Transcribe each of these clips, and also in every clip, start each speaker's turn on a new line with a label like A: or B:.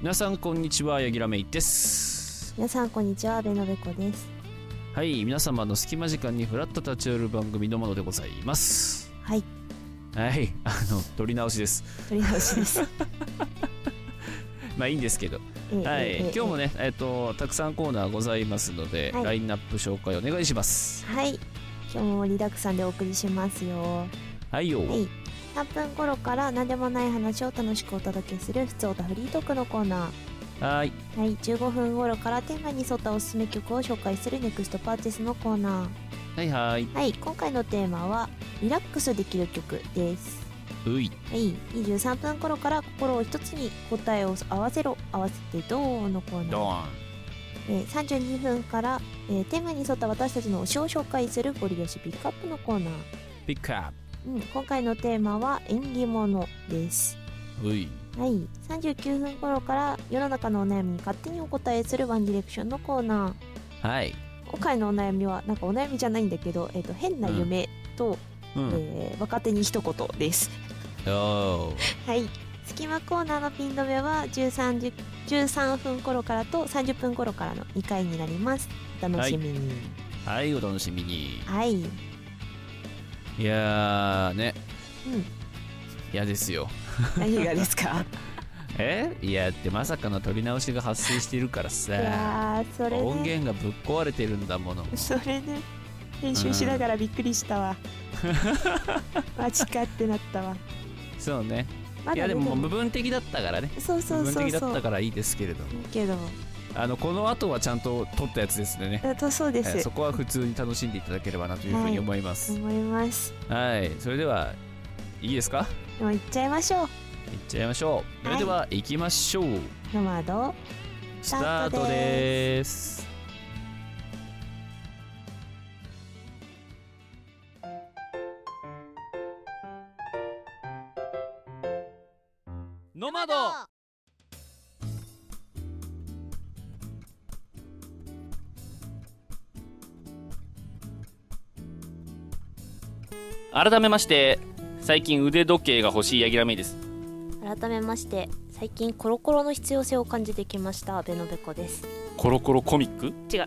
A: 皆さんこんにちはヤギラメイです
B: 皆さんこんにちは阿部のべこです
A: はい皆様の隙間時間にフラッと立ち寄る番組のものでございます
B: はい
A: はいあの撮り直しです
B: 撮り直 しです
A: まあいいんですけど
B: ええ
A: は
B: ええ
A: い
B: ええ
A: 今日もねえっ、とたくさんコーナーございますので、
B: はい
A: ラインナップ紹介お願いします
B: はい今日も盛りだくさんでお送りしますよは
A: はいよ、
B: い3分頃から何でもない話を楽しくお届けするふつおたフリートークのコーナ
A: はーい
B: ーはい15分頃からテーマに沿ったおすすめ曲を紹介するネクストパーティスのコーナ
A: はいはい
B: ーはい今回のテーマはリラックスできる曲です
A: うい
B: はい23分頃から心を一つに答えを合わせろ合わせてどうのコーナー
A: ドーン
B: えー32分から、えーテーマに沿った私たちの推しを紹介するゴリ押しピックアップのコーナー、
A: ピックアッ
B: うん、今回のテーマは縁起物です
A: プうい
B: はい39分頃から世の中のお悩みに勝手にお答えするワンディレクションのコーナ
A: はい
B: ー今回のお悩みはなんかお悩みじゃないんだけど、えー、と変な夢と、
A: うん
B: えー若手に一言です
A: おー
B: はい隙間コーナーのピン止めは13じゅ13分頃からと30分頃からの2回になりますお楽しみに
A: はいお楽しみに
B: はい、うん
A: いやーねいやですよ
B: 何がですか
A: えいやってまさかの撮り直しが発生しているから
B: い
A: さ
B: やーそれ
A: 音
B: ね
A: 源がぶっ壊れてるんだもの
B: それね編集しながらびっくりしたわマジかってなったわ
A: そうね
B: ま
A: いやで
B: だ出て
A: も
B: な
A: 部
B: い
A: 分的だったからね
B: そう
A: 部
B: そう
A: 分
B: そう
A: 的だ
B: そ
A: っ
B: う
A: たからいいですけれども
B: いいけど
A: あのこの後はちゃんと撮ったやつですね
B: だとそうで
A: えー
B: す
A: そこは普通に楽しんでいただければなというふうに思います
B: 思います
A: はい、それではいいですか
B: でも行っちゃいまし
A: い
B: ょう
A: っちゃいましょうそれでは行きましょう、
B: ノマド
A: スタートですノマド
C: 改めまして最近腕時計が欲しいヤギラメイです
B: 改めまして最近コロコロの必要性を感じてきました阿部のべこです
C: コロコロコミック
B: 違う 違う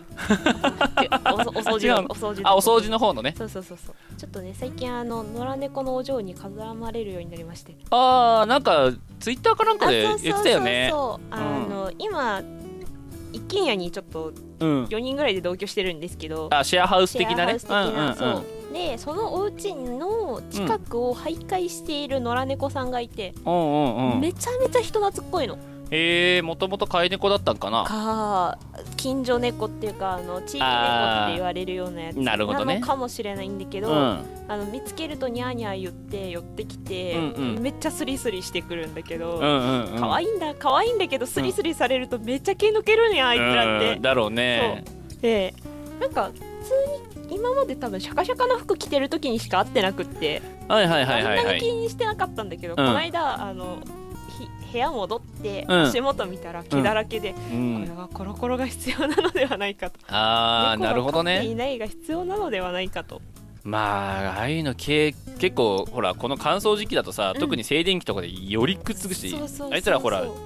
B: おお掃除
C: 違う
B: の
C: の
B: お掃除
C: あお掃除の方のね
B: そうそうそうそうちょっとね最近あの野良猫のお嬢に絡まれるようになりまして
C: あーなんかツイッターかなん
B: あ
C: かで言ってたよね
B: そうそうそうそうあの、今一軒家にちょっと
C: うん
B: 4人ぐらいで同居してるんですけど
C: あシェアハウス
B: シェ
C: 的
B: ア
C: な
B: ハ
C: ね
B: ウス的な
C: うんうんうん
B: そうでそのお家の近くを徘徊している野良猫さんがいて、
C: うんうんうん
B: めちゃめちゃ人懐っこいの
C: えー、もともと飼い猫だったんかな
B: か近所猫っていうかあの地域猫って言われるようなやつ
C: なるほど
B: な
C: ね
B: のかもしれないんだけ
C: う
B: ど、
C: ん
B: あの見つけるとニャーニャー言って寄ってきて、
C: うんうん
B: めっちゃスリスリしてくるんだけど、
C: うんうんうん
B: 可愛いんだ可愛いんだけどスリスリされるとめっちゃ毛抜けるねあいつらって
C: うん、だろうね
B: でなんか普通に今まで多分シャカシャカな服着てる時にしか会ってなくって、
C: はいはいはいはい
B: そん
C: は
B: なに
C: い
B: 気にしてなかったんだけど、
C: ん
B: この間あのひ部屋戻って
C: うん
B: 足元見たら毛だらけで、
C: う
B: これ
C: ん、
B: はコロコロが必要なのではないかと
C: あー
B: 猫は
C: なるほど
B: 飼ってい
C: ね
B: ないが必要なのではないかと
C: まあああいうのけ結構ほらこの乾燥時期だとさ、
B: うん
C: 特に静電気とかでよりくっつくし
B: そうそうそうそう
C: あいつらほら
B: も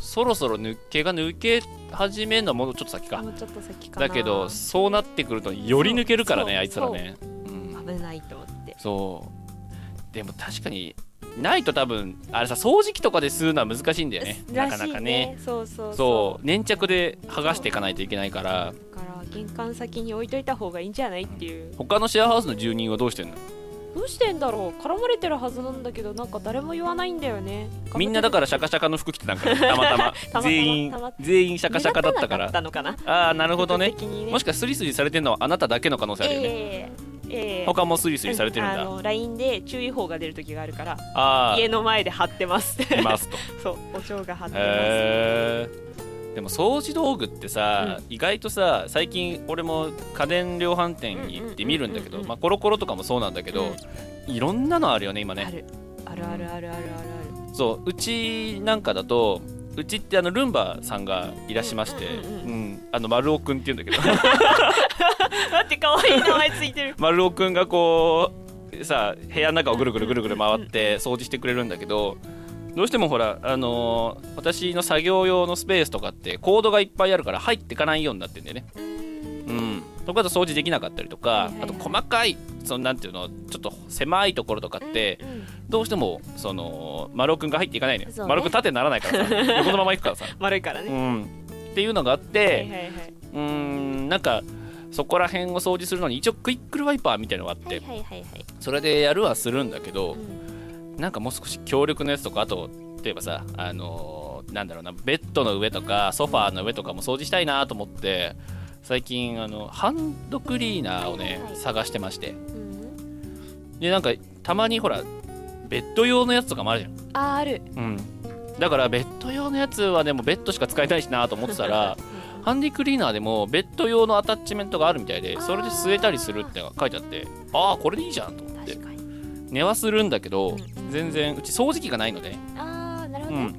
C: そろそろ抜けが抜け始めるのはもうちょっと先か
B: うちょっと先かな
C: だけどそうなってくるとより抜けるから
B: そう
C: ねあいつらねうん
B: 危ないと思って
C: そうでも確かにないと多分あれさ掃除機とかで吸うのは難しいんだよねな
B: らし
C: か
B: い
C: なかね
B: そうそう
C: そう粘着で剥がしていかないといけないから
B: だから玄関先に置いといた方がいいんじゃないっていう
C: 他のシェアハウスの住人はどうしてんの
B: どうしてんだろう絡まれてるはずなんだけどなんか誰も言わないんだよね
C: みんなだからシャカシャカの服着てたんかなたま たま
B: ま
C: 全員
B: たま
C: 全員シャカシャカだったか
B: 目立な
C: ら
B: ったのかな
C: ああなるほどね
B: 的にね
C: もしかスリスリされてるのはあなただけの可能性あるよね、
B: ええええ
C: 他もスリスリされてるんだ、
B: うあの LINE で注意報が出る時があるから
C: あ
B: 家の前で貼ってます
C: あいますと
B: そうお嬢が貼ってま
C: へえでも掃除道具ってさ、意外とさ最近俺も家電量販店に行って見るんだけ
B: うんうんうんうん
C: ど
B: うん
C: まあコロコロとかもそうなんだけど、いろんなのあるよね今
B: す、あ
C: ね
B: るあるあるあるあるあるある
C: そううちなんかだとうちってあのルンバさんがいらっしゃいまして、
B: うんうんうんう
C: うんあの丸尾くんって言うんだけど
B: 待って可愛い名前ついてる
C: 丸尾くんがこうさ部屋の中をぐるぐるぐるぐる回って掃除してくれるんだけどどうしてもほら、あのー私の作業用のスペースとかってコードがいっぱいあるから入ってかないようになってんだよね。うん、とかだと掃除できなかったりと
B: はい
C: か
B: はいはい
C: あと細かいそのなんていうのちょっと狭いところとかって
B: うんうん
C: どうしてもその丸尾くんが入っていかないのよ、
B: そうね
C: 丸尾くん縦にならないからさ 横のまま行くからさ。
B: 悪いから
C: う
B: ね、
C: ん、っていうのがあって、
B: はいはいはいう
C: ーんなんかそこら辺を掃除するのに一応クイックルワイパーみたいのがあっ
B: はい
C: て
B: はいはいはい
C: それでやるはするんだけど
B: うん
C: なんかもう少し強力なやつとかあと例えばさあのーなんだろうなベッドの上とかソファーの上とかも掃除したいなと思って最近あのハンドクリーナーをね
B: はいはい
C: 探してまして
B: うん
C: でなんかたまにほらベッド用のやつとかもあるじゃん
B: あーある
C: うん、だからベッド用のやつはでもベッドしか使えないしなと思ってた らハンディクリーナーでもベッド用のアタッチメントがあるみたいでそれで吸えたりするってのが書いてあってああこれでいいじゃんと思って
B: 確かに
C: 寝はするんだけど
B: うん
C: 全然うち掃除機がないので、
B: ああなる
C: う
B: ほど、ね
C: ん、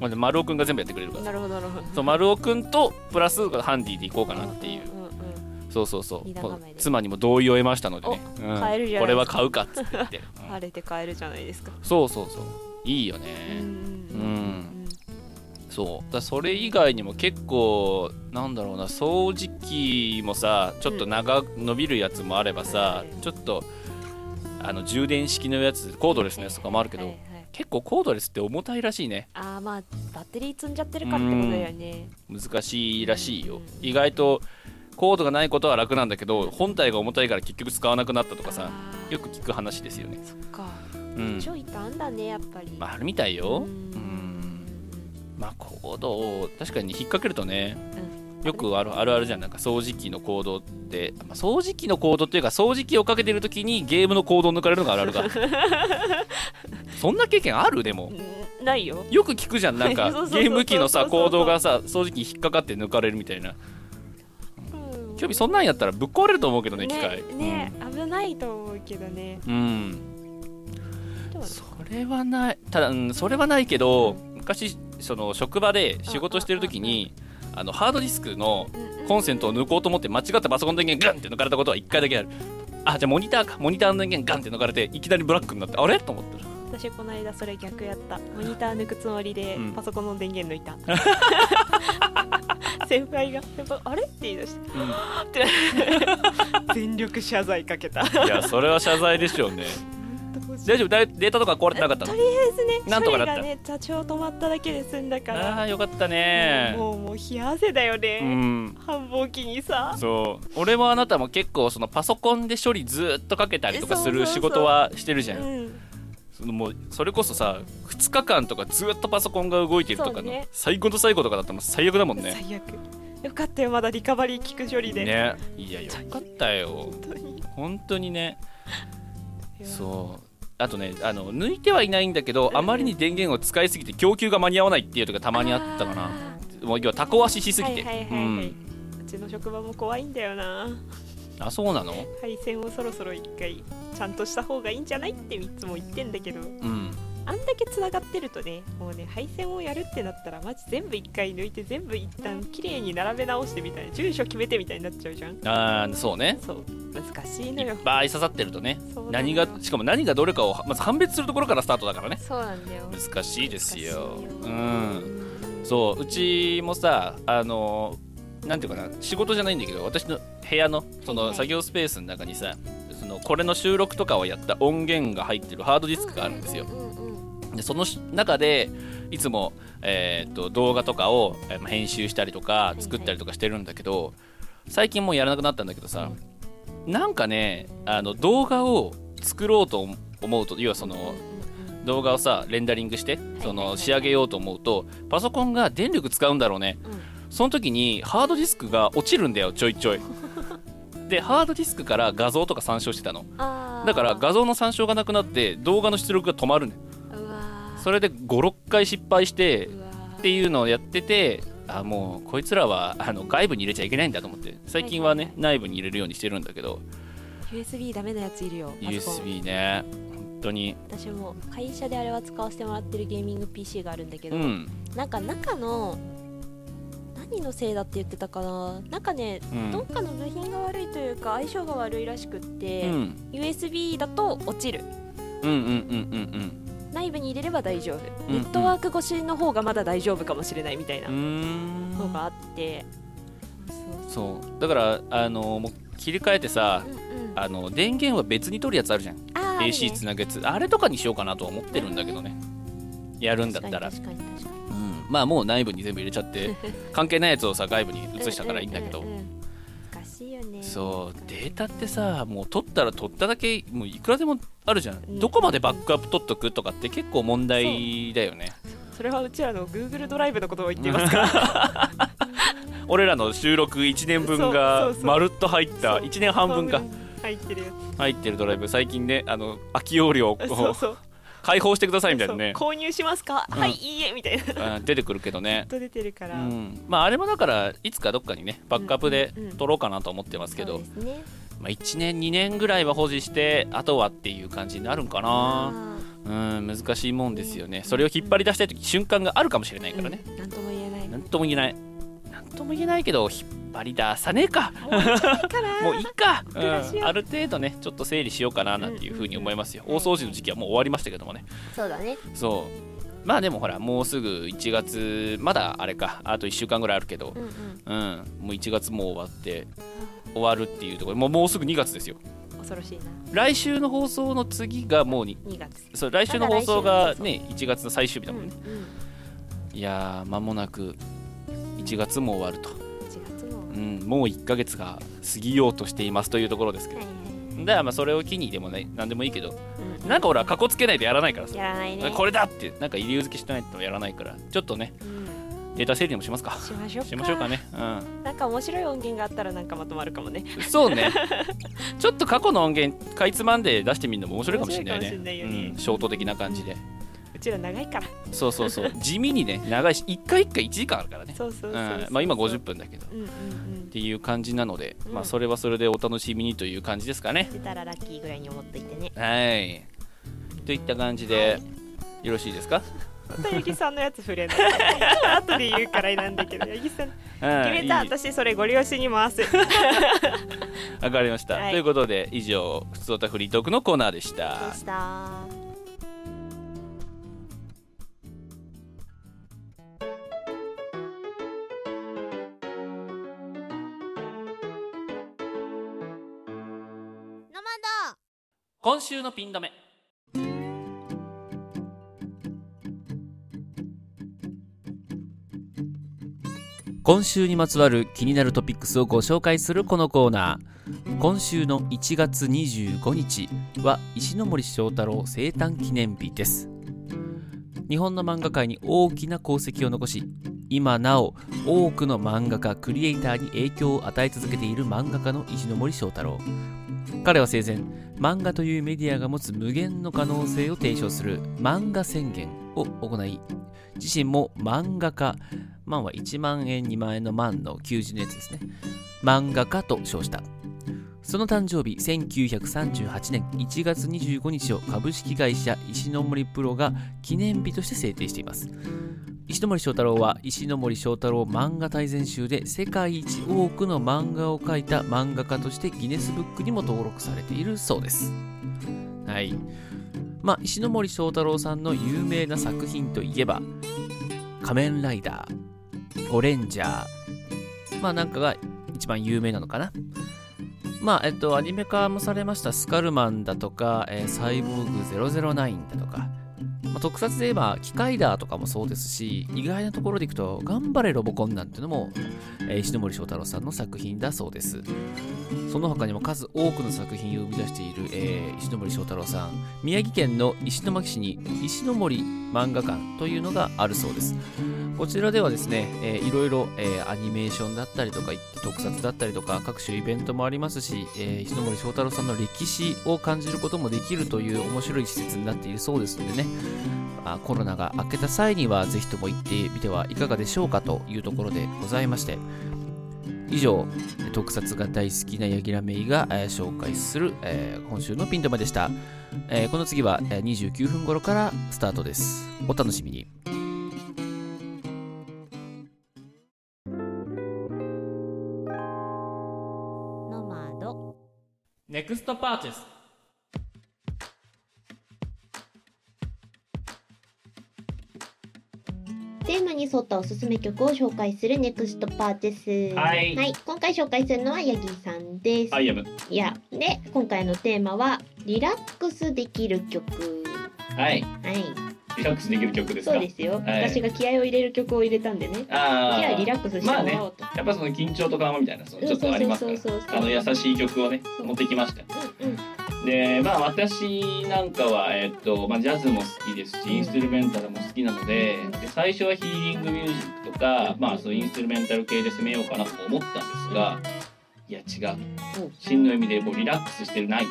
C: ほんで丸尾くんが全部やってくれるから
B: なるほどなるほど
C: そう丸尾くんとプラスハンディでいこうかなっていう
B: うんうんうん
C: そうそうそう
B: 二段構えで
C: 妻にも同意を得ましたのでね、うん
B: 買えるじゃ
C: こ
B: ない
C: れ
B: で
C: は
B: すか
C: 買うかっつって 言って、うん
B: 晴れて帰るじゃないですか、
C: そうそうそういいよね、
B: うん
C: うんそうだからそれ以外にも結構なんだろうな掃除機もさちょっと長、伸びるやつもあればさ、
B: はい
C: ちょっとあの充電式のやつコードレスのやつとかもあるけど、
B: はいはい
C: 結構コードレスって重たいらしいね
B: ああまあバッテリー積んじゃってるからってことだよね
C: 難しいらしいよ、
B: うん
C: 意外とコードがないことは楽なんだけど本体が重たいから結局使わなくなったとかさ
B: あー
C: よく聞く話ですよね
B: そっか
C: うん
B: ちょいたんだねやっぱり
C: まああるみたいよ
B: う
C: うんんまあコードを確かに引っ掛けるとね、よくあるあるあるじゃんなんか掃除機のコードって、まあ、掃除機のコードっていうか掃除機をかけてるときにゲームのコードを抜かれるのがあるある だそんな経験あるでも
B: うんないよ
C: よく聞くじゃんなんか
B: そうそうそうそう
C: ゲーム機のさコードがさ掃除機に引っかかって抜かれるみたいな興味そんなんやったらぶっ壊れると思うけどね機械
B: ねね危ないと思うけどね
C: うん、うん
B: でも
C: それはないただ、うん、それはないけど昔その職場で仕事してる時にあのハードディスクのコンセントを抜こうと思って間違ってパソコンの電源ガンって抜かれたことは1回だけあるあじゃあモニターかモニターの電源ガンって抜かれていきなりブラックになってあれと思ったら
B: 私この間それ逆 やったモニター抜くつもりで
C: うん
B: パソコンの電源抜い た、先輩が先輩あれって言い出して全力謝罪かけた
C: いやそれは謝罪でしょうね大丈夫だデータとか壊れてなかった
B: と
C: の
B: りあえずね
C: なんとかなった
B: 処理がね座長止まっただけで済んだか
C: あ
B: ら
C: あーよかったね
B: もうもう冷や汗だよね、
C: うん
B: 繁忙期にさ
C: そう俺もあなたも結構そのパソコンで処理ずーっとかけたりとかする仕事はしてるじゃん
B: うん
C: そのもうそれこそさ2日間とかずっとパソコンが動いてると
B: そ
C: か
B: う
C: の、
B: ね
C: 最後の最後とかだったらもう最悪だもんね
B: 最悪よかったよまだリカバリー効く処理で、
C: ねいやよかったよ
B: 本当に
C: 本当にねそうあとねあの抜いてはいないんだけどあまりに電源を使いすぎて供給が間に合わないっていうとかた
B: た
C: まにあったかなもう要はタコ足しすぎて
B: はいはい
C: う
B: はいはい
C: ん
B: うちの職場も怖いんだよな
C: あそうなの
B: 配線をそろそろ一回ちゃんとした方がいいんじゃないっていつも言ってんだけど
C: うん
B: あんだけつながってるとねもうね配線をやるってなったらマジ全部一回抜いて全部一旦綺麗に並べ直してみたいな住所決めてみたいになっちゃうじゃん
C: あーそうね
B: そう難しい
C: い
B: のよ
C: っぱい刺さってるとね
B: そうなの
C: 何がしかも何がどれかをまず判別するところからスタートだからね
B: そうなんだよ
C: 難しいですよ
B: 難し
C: う
B: いよ
C: んそううちもさあのなんていうかな仕事じゃないんだけど私の部屋のそ
B: は
C: の
B: いはい
C: 作業スペースの中にさそのこれの収録とかをやった音源が入ってるハードディスクがあるんですよ
B: ううんうん
C: でその中でいつも、えーっと動画とかをえーまあ編集したりとか
B: はい
C: 作ったりとかしてるんだけど最近もうやらなくなったんだけどさなんかねあの動画を作ろうと思うと要はその動画をさレンダリングしてそ
B: はいはいは
C: の
B: い
C: 仕上げようと思うとパソコンが電力使うんだろうね
B: うんうん
C: その時にハードディスクが落ちるんだよちょいち ょいでハードディスクから画像とか参照してたの
B: あー
C: だから画像の参照がなくなって動画の出力が止まるんだよ
B: うわー
C: それで56回失敗して
B: うわー
C: っていうのをやっててあもうこいつらはあの外部に入れちゃいけないんだと思って最近はね内部に入れるようにしてるんだけど
B: USB ダメなやついるよパソコン
C: USB ね本当に
B: 私も会社であれは使わせてもらってるゲーミング PC があるんだけ
C: う
B: ど、
C: ん
B: なんか中の何のせいだって言ってたかななんかね、
C: う
B: どっ
C: ん
B: かの部品が悪いというか相性が悪いらしくっ
C: う
B: て、
C: ん
B: USB だと落ちる
C: うんうんうんうんうん
B: 内部に入れれば大丈夫、
C: うん
B: ネットワーク越しの方がまだ大丈夫かもしれないみたいな
C: うーん
B: のがあって、
C: そうだからあのもう切り替えてさ
B: うん
C: あの電源は別に取るやつあるじゃん
B: あ
C: AC つなぐやつあれとかにしようかなとは思ってるんだけどねやるんだったら、
B: 確かに確かに確かに
C: うんまあもう内部に全部入れちゃって 関係ないやつをさ外部に移したからいいんだけど、
B: うううんうん難しいよね
C: そう
B: 確かに
C: データってさもう取ったら取っただけもういくらでもあるじゃん、
B: ん
C: どこまでバックアップ取っとくとかって結構問題だよね
B: それはうちらの Google ドライブのことを言っていますから
C: 俺らの収録1年分が
B: そうそうそう
C: まるっと入った
B: そう
C: 1年半分か
B: 入ってるよ
C: 入ってるドライブ最近ねあの空き容量を
B: そうそう
C: 解放してくださいみたいなね
B: そう購入しますか、
C: うん
B: はいいいえみたいなずっ
C: あ出てくるけどね
B: と出てるか
C: う
B: ら、
C: んまああれもだからいつかどっかにねバックアップで
B: うんうんうん
C: 取ろうかなと思ってますけど、
D: そうですね
C: まあ、1年2年ぐらいは保持してあとはっていう感じになるんかなうん難しいもんですよねそれを引っ張り出したい時瞬間があるかもしれないからね
B: うんなんとも言えない
C: なんとも言えないなんとも言えないけど引っ張り出さねえか
B: から
C: もういい か、
B: 暮ら
C: う
B: しようん
C: ある程度ねちょっと整理しようかななんていうふうに思いますよ大掃除の時期はもう終わりましたけどもね
D: そうだね
C: そうまあでもほらもうすぐ1月まだあれかあと1週間ぐらいあるけど
D: うんうん
C: うんもう1月もう終わって終わるっていうところもうもうすぐ2月ですよ
B: 恐ろしいな
C: 来週の放送の次がもうに
B: 2月
C: そう来週の放送がね1月の最終日だ
B: うん
C: もん
B: うん
C: ね、
B: 1
C: いやー間もなく1月も終わると、
B: 月の
C: うん、もう1ヶ月が過ぎようとしていますというところですけど
B: はい
C: だからまあそれを機にでもね何でもいいけど
B: うん
C: なんか俺はかこつけないとやらないからさ
B: やらないね
C: これだってなんか理由付けしないとやらないからちょっとね
B: うん
C: データ整理でもしますか
B: しましょうか
C: しましょうかね
B: なんか面白い音源があったらなんかまとまるかもね
C: うんそうね ちょっと過去の音源かいつまんで出してみるのも面白いかもしれないね
B: 面白いかもしれないよね
C: うん、ショート的な感じで、
B: うちら長いから
C: そうそう そう地味にね長いし1回1回1時間あるからね
B: そうそうそううそうん
C: まあ今50分だけどっ
B: うんうんうん
C: ていう感じなので、ま
B: う
C: あ
B: ん
C: それはそれでお楽しみにという感じですかね
D: 出たらラッキーぐらいに思っといてね
C: はいといった感じでよろしいですか
B: また八木さんの やつ触れない後で言うからなんだけど八木さ
C: 決
B: ん決めた私それご利用しに回す
C: わかりました、
B: はい
C: ということで以上「ふつおたフリートーク」のコーナーでした
D: でした
C: 今週のピン止め
E: 今週にまつわる気になるトピックスをご紹介するこのコーナー今週の1月25日は石ノ森章太郎生誕記念日です日本の漫画界に大きな功績を残し今なお多くの漫画家クリエイターに影響を与え続けている漫画家の石ノ森章太郎彼は生前漫画というメディアが持つ無限の可能性を提唱する漫画宣言を行い自身も漫画家万は1万円2万円の万の90のやつですね漫画家と称したその誕生日1938年1月25日を株式会社石ノ森プロが記念日として制定しています石ノ森章太郎は石ノ森章太郎漫画大全集で世界一多くの漫画を描いた漫画家としてギネスブックにも登録されているそうですはいまあ石ノ森章太郎さんの有名な作品といえば仮面ライダー、ゴレンジャー、まあなんかが一番有名なのかな。まあ、えっと、アニメ化もされましたスカルマンだとか、えーサイボーグ009だとか、まあ、特撮で言えば、キカイダーとかもそうですし、意外なところでいくと、頑張れロボコンなんてのも、えー石ノ森章太郎さんの作品だそうです。その他にも数多くの作品を生み出している、えー石ノ森章太郎さん、宮城県の石巻市に石ノ森漫画館というのがあるそうです。こちらではですね、えーいろいろ、えーアニメーションだったりとか、特撮だったりとか、各種イベントもありますし、えー石ノ森章太郎さんの歴史を感じることもできるという面白い施設になっているそうですのでね、あコロナが明けた際には、ぜひとも行ってみてはいかがでしょうかというところでございまして、以上、特撮が大好きなヤギラメイが、えー紹介する、えー今週のピントマでした。えーこの次は、えー29分頃からスタートです。お楽しみに。
D: ノマド
C: ネクストパーティス
F: テーマに沿ったおすすめ曲を紹介するネクストパーです。
C: はい
F: 今回紹介するのはヤギさんです。
C: アイアム。
F: いや、で、今回のテーマはリラックスできる曲。
C: はい。
F: はい。
C: リラックスできる曲ですか
F: そうですよ、
C: はい
F: 私が気合を入れる曲を入れたんでね。
C: ああ。
F: 気合
C: や
F: リラックスしてもらおうと。
C: っぱその緊張とかみたいな、そのちょっとありますか
F: そうそうそうそう
C: ら。あの優しい曲をね、持ってきました。
F: うんうん
C: でまあ私なんかは、えっとまあ、ジャズも好きですしインストゥルメンタルも好きなのでで最初はヒーリングミュージックとか、まあ、そのインストゥルメンタル系で攻めようかなと思ったんですがいや違う
F: うん
C: 真の意味でこうリラックスしてるない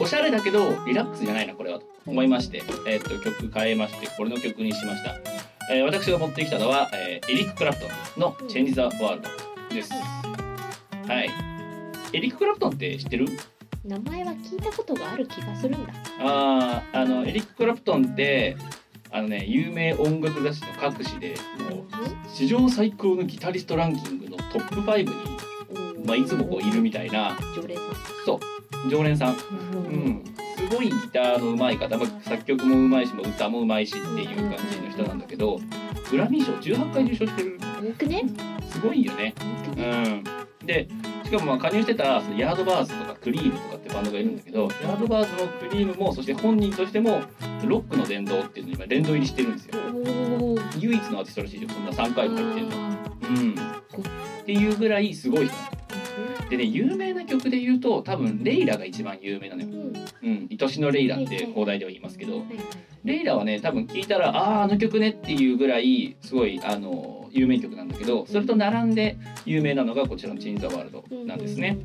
C: おしゃれだけどリラックスじゃないなこれはと思いまして、えっと曲変えましてこれの曲にしました、えー私が持ってきたのは、えーエリック・クラプトンの「チェンジ・ザ・ワールド」ですはいエリック・クラプトンって知ってる
F: 名前は聞いたことがある気がするんだ。
C: あーあのエリック・クラプトンってあのね有名音楽雑誌の各紙でもう史上最高のギタリストランキングのトップ5に、
F: うん
C: まあ、いつもこういるみたいな
F: 常連さ
C: そう常連さ
F: ん。
C: ん、うん、すごいギターの上手い方、まあ、作曲も上手いしもう歌も上手いしっていう感じの人なんだけどグラミー賞18回受賞してる
F: 多くね。
C: すごいよね。
F: 多く
C: う
F: ね。
C: ん、でしかもまあ加入してたそのヤードバーズとかクリームとかってバンドがいるんだけど、ヤードバーズのクリームもそして本人としてもロックの殿堂っていうのに今殿堂入りしてるんですよ
F: おお。
C: 唯一のアーティストらしいよそんな3回も入ってるの
F: あ
C: うんっていうぐらいすごい人でね有名な曲で言うと多分レイラが一番有名なのよ
F: ーうんはい
C: 「うん、愛しのレイラ」っ
F: はい
C: て
F: はい
C: 放題では言いますけ
F: は
C: ど
F: い
C: レイラはね多分聞いたら「あああの曲ね」っていうぐらいすごいあの有名曲なんだけどそれと並んで有名なのがこちらの「チン・ザ・ワールド」なんですね。。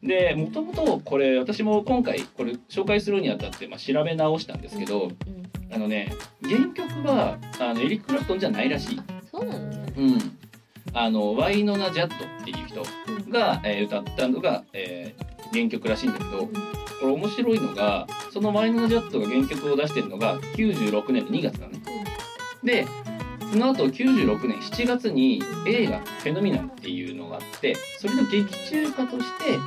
C: でもともとこれ私も今回これ紹介するにあたって、まあ、調べ直したんですけど
F: うんうん
C: あのね原曲はあのエリック・クラプトンじゃないらしい。
F: あそうなのね。
C: うん、あのワイノナ・ジャットっていう人が、えー歌ったのが、えー原曲らしいんだけどこれ面白いのがそのワイノナ・ジャットが原曲を出してるのが96年の2月だね。でその後96年7月に映画「フェノミナル」っていうのがあってそれの劇中歌として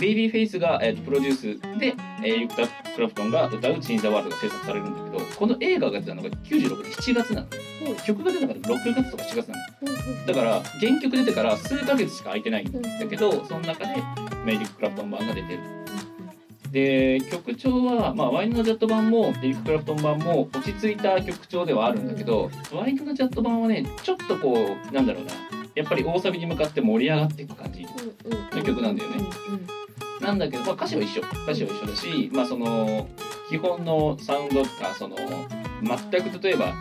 C: ベイビーフェイスが、えーとプロデュースで、えー、リック・クラプトンが歌う「チン・ザ・ワールド」が制作されるんだけどこの映画が出たのが96年7月なの
F: うん
C: 曲が出たのが6月とか7月なの
F: うん
C: だから原曲出てから数ヶ月しか空いてないん
F: うん
C: だけどその中でメイリック・クラプトン版が出てる。で曲調は、まあ、ワインのジャット版もメイリック・クラプトン版も落ち着いた曲調ではあるんだけどワインのジャット版はねちょっとこうなんだろうなやっぱり大サビに向かって盛り上がっていく感じ
F: うんうんうん
C: の曲なんだよね。
F: うん
C: なんだけど、まあ、歌詞は一緒歌詞は一緒だし、まあ、その基本のサウンドとかその全く例えば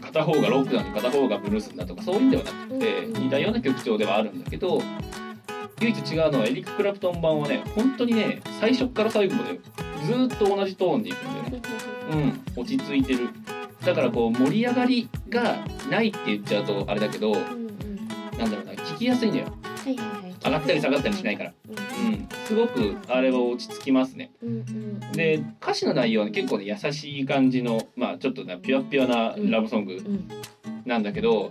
C: 片方がロックなんで片方がブルースだとかそういうんではなくて
F: うん
C: 似たような曲調ではあるんだけど唯一違うのはエリック・クラプトン版はね本当にね最初から最後までずーっと同じトーンでいくんだよね。うん、落ち着いてるだからこう盛り上がりがないって言っちゃうとあれだけど
F: うんうん
C: なんだろうな聞きやすいんだよ
F: はいはいはい。
C: 上がったり下がったりしないから、
F: うん
C: うん、すごくあれは落ち着きますね
F: うんうん
C: で歌詞の内容はね結構ね優しい感じのまあちょっとねピュアピュアなラブソング
F: うん
C: なんだけど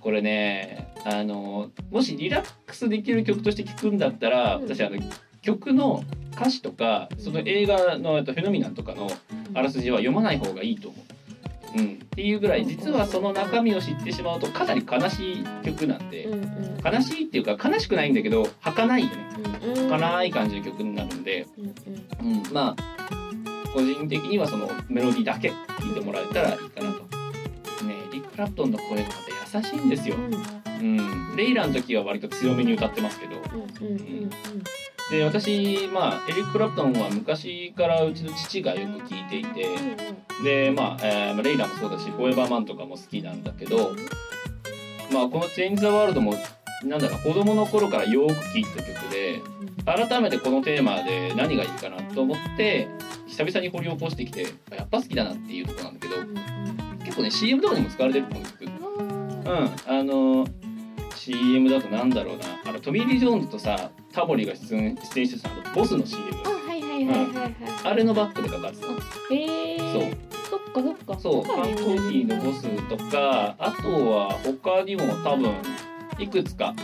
C: これねあのもしリラックスできる曲として聴くんだったら
F: うん
C: 私あの曲の歌詞とかその映画のえっとフェノミナンとかのあらすじは読まない方がいいと思う。うん、っていうぐらい実はその中身を知ってしまうとかなり悲しい曲なんで
F: うんうん
C: 悲しいっていうか悲しくないんだけど儚いよね
F: うんうん
C: 儚い感じの曲になるんで
F: うんうん
C: うん、まあ個人的にはそのメロディーだけ聴いてもらえたらいいかなと。ねリック・クラプトンの声がまた優しいんですよ
F: う。ん
C: うん、レイラの時は割と強めに歌ってますけど
F: うんうんうん
C: で私、まあ、エリック・クラプトンは昔からうちの父がよく聴いていてで、まあえーまあレイラもそうだし「フォーエバーマン」とかも好きなんだけど、まあ、この「チェンジ・ザ・ワールド」もなんだろう子供の頃からよく聴いてた曲で改めてこのテーマで何がいいかなと思って久々に掘り起こしてきてやっぱ好きだなっていうところなんだけど結構ね CM とかにも使われてるこの曲うんあの CM だとなんだろうなあのトミー・リー・ジョーンズとさタモリが出演出演してたあのボスの CM
F: あはいはいはいはいはい
C: あれのバックでかかってた
F: へえ
C: そう
F: そっかそっか
C: そう
F: だ
C: 缶
F: か
C: コ
F: らね
C: ーヒーのボスとかあとは他にも多分いくつか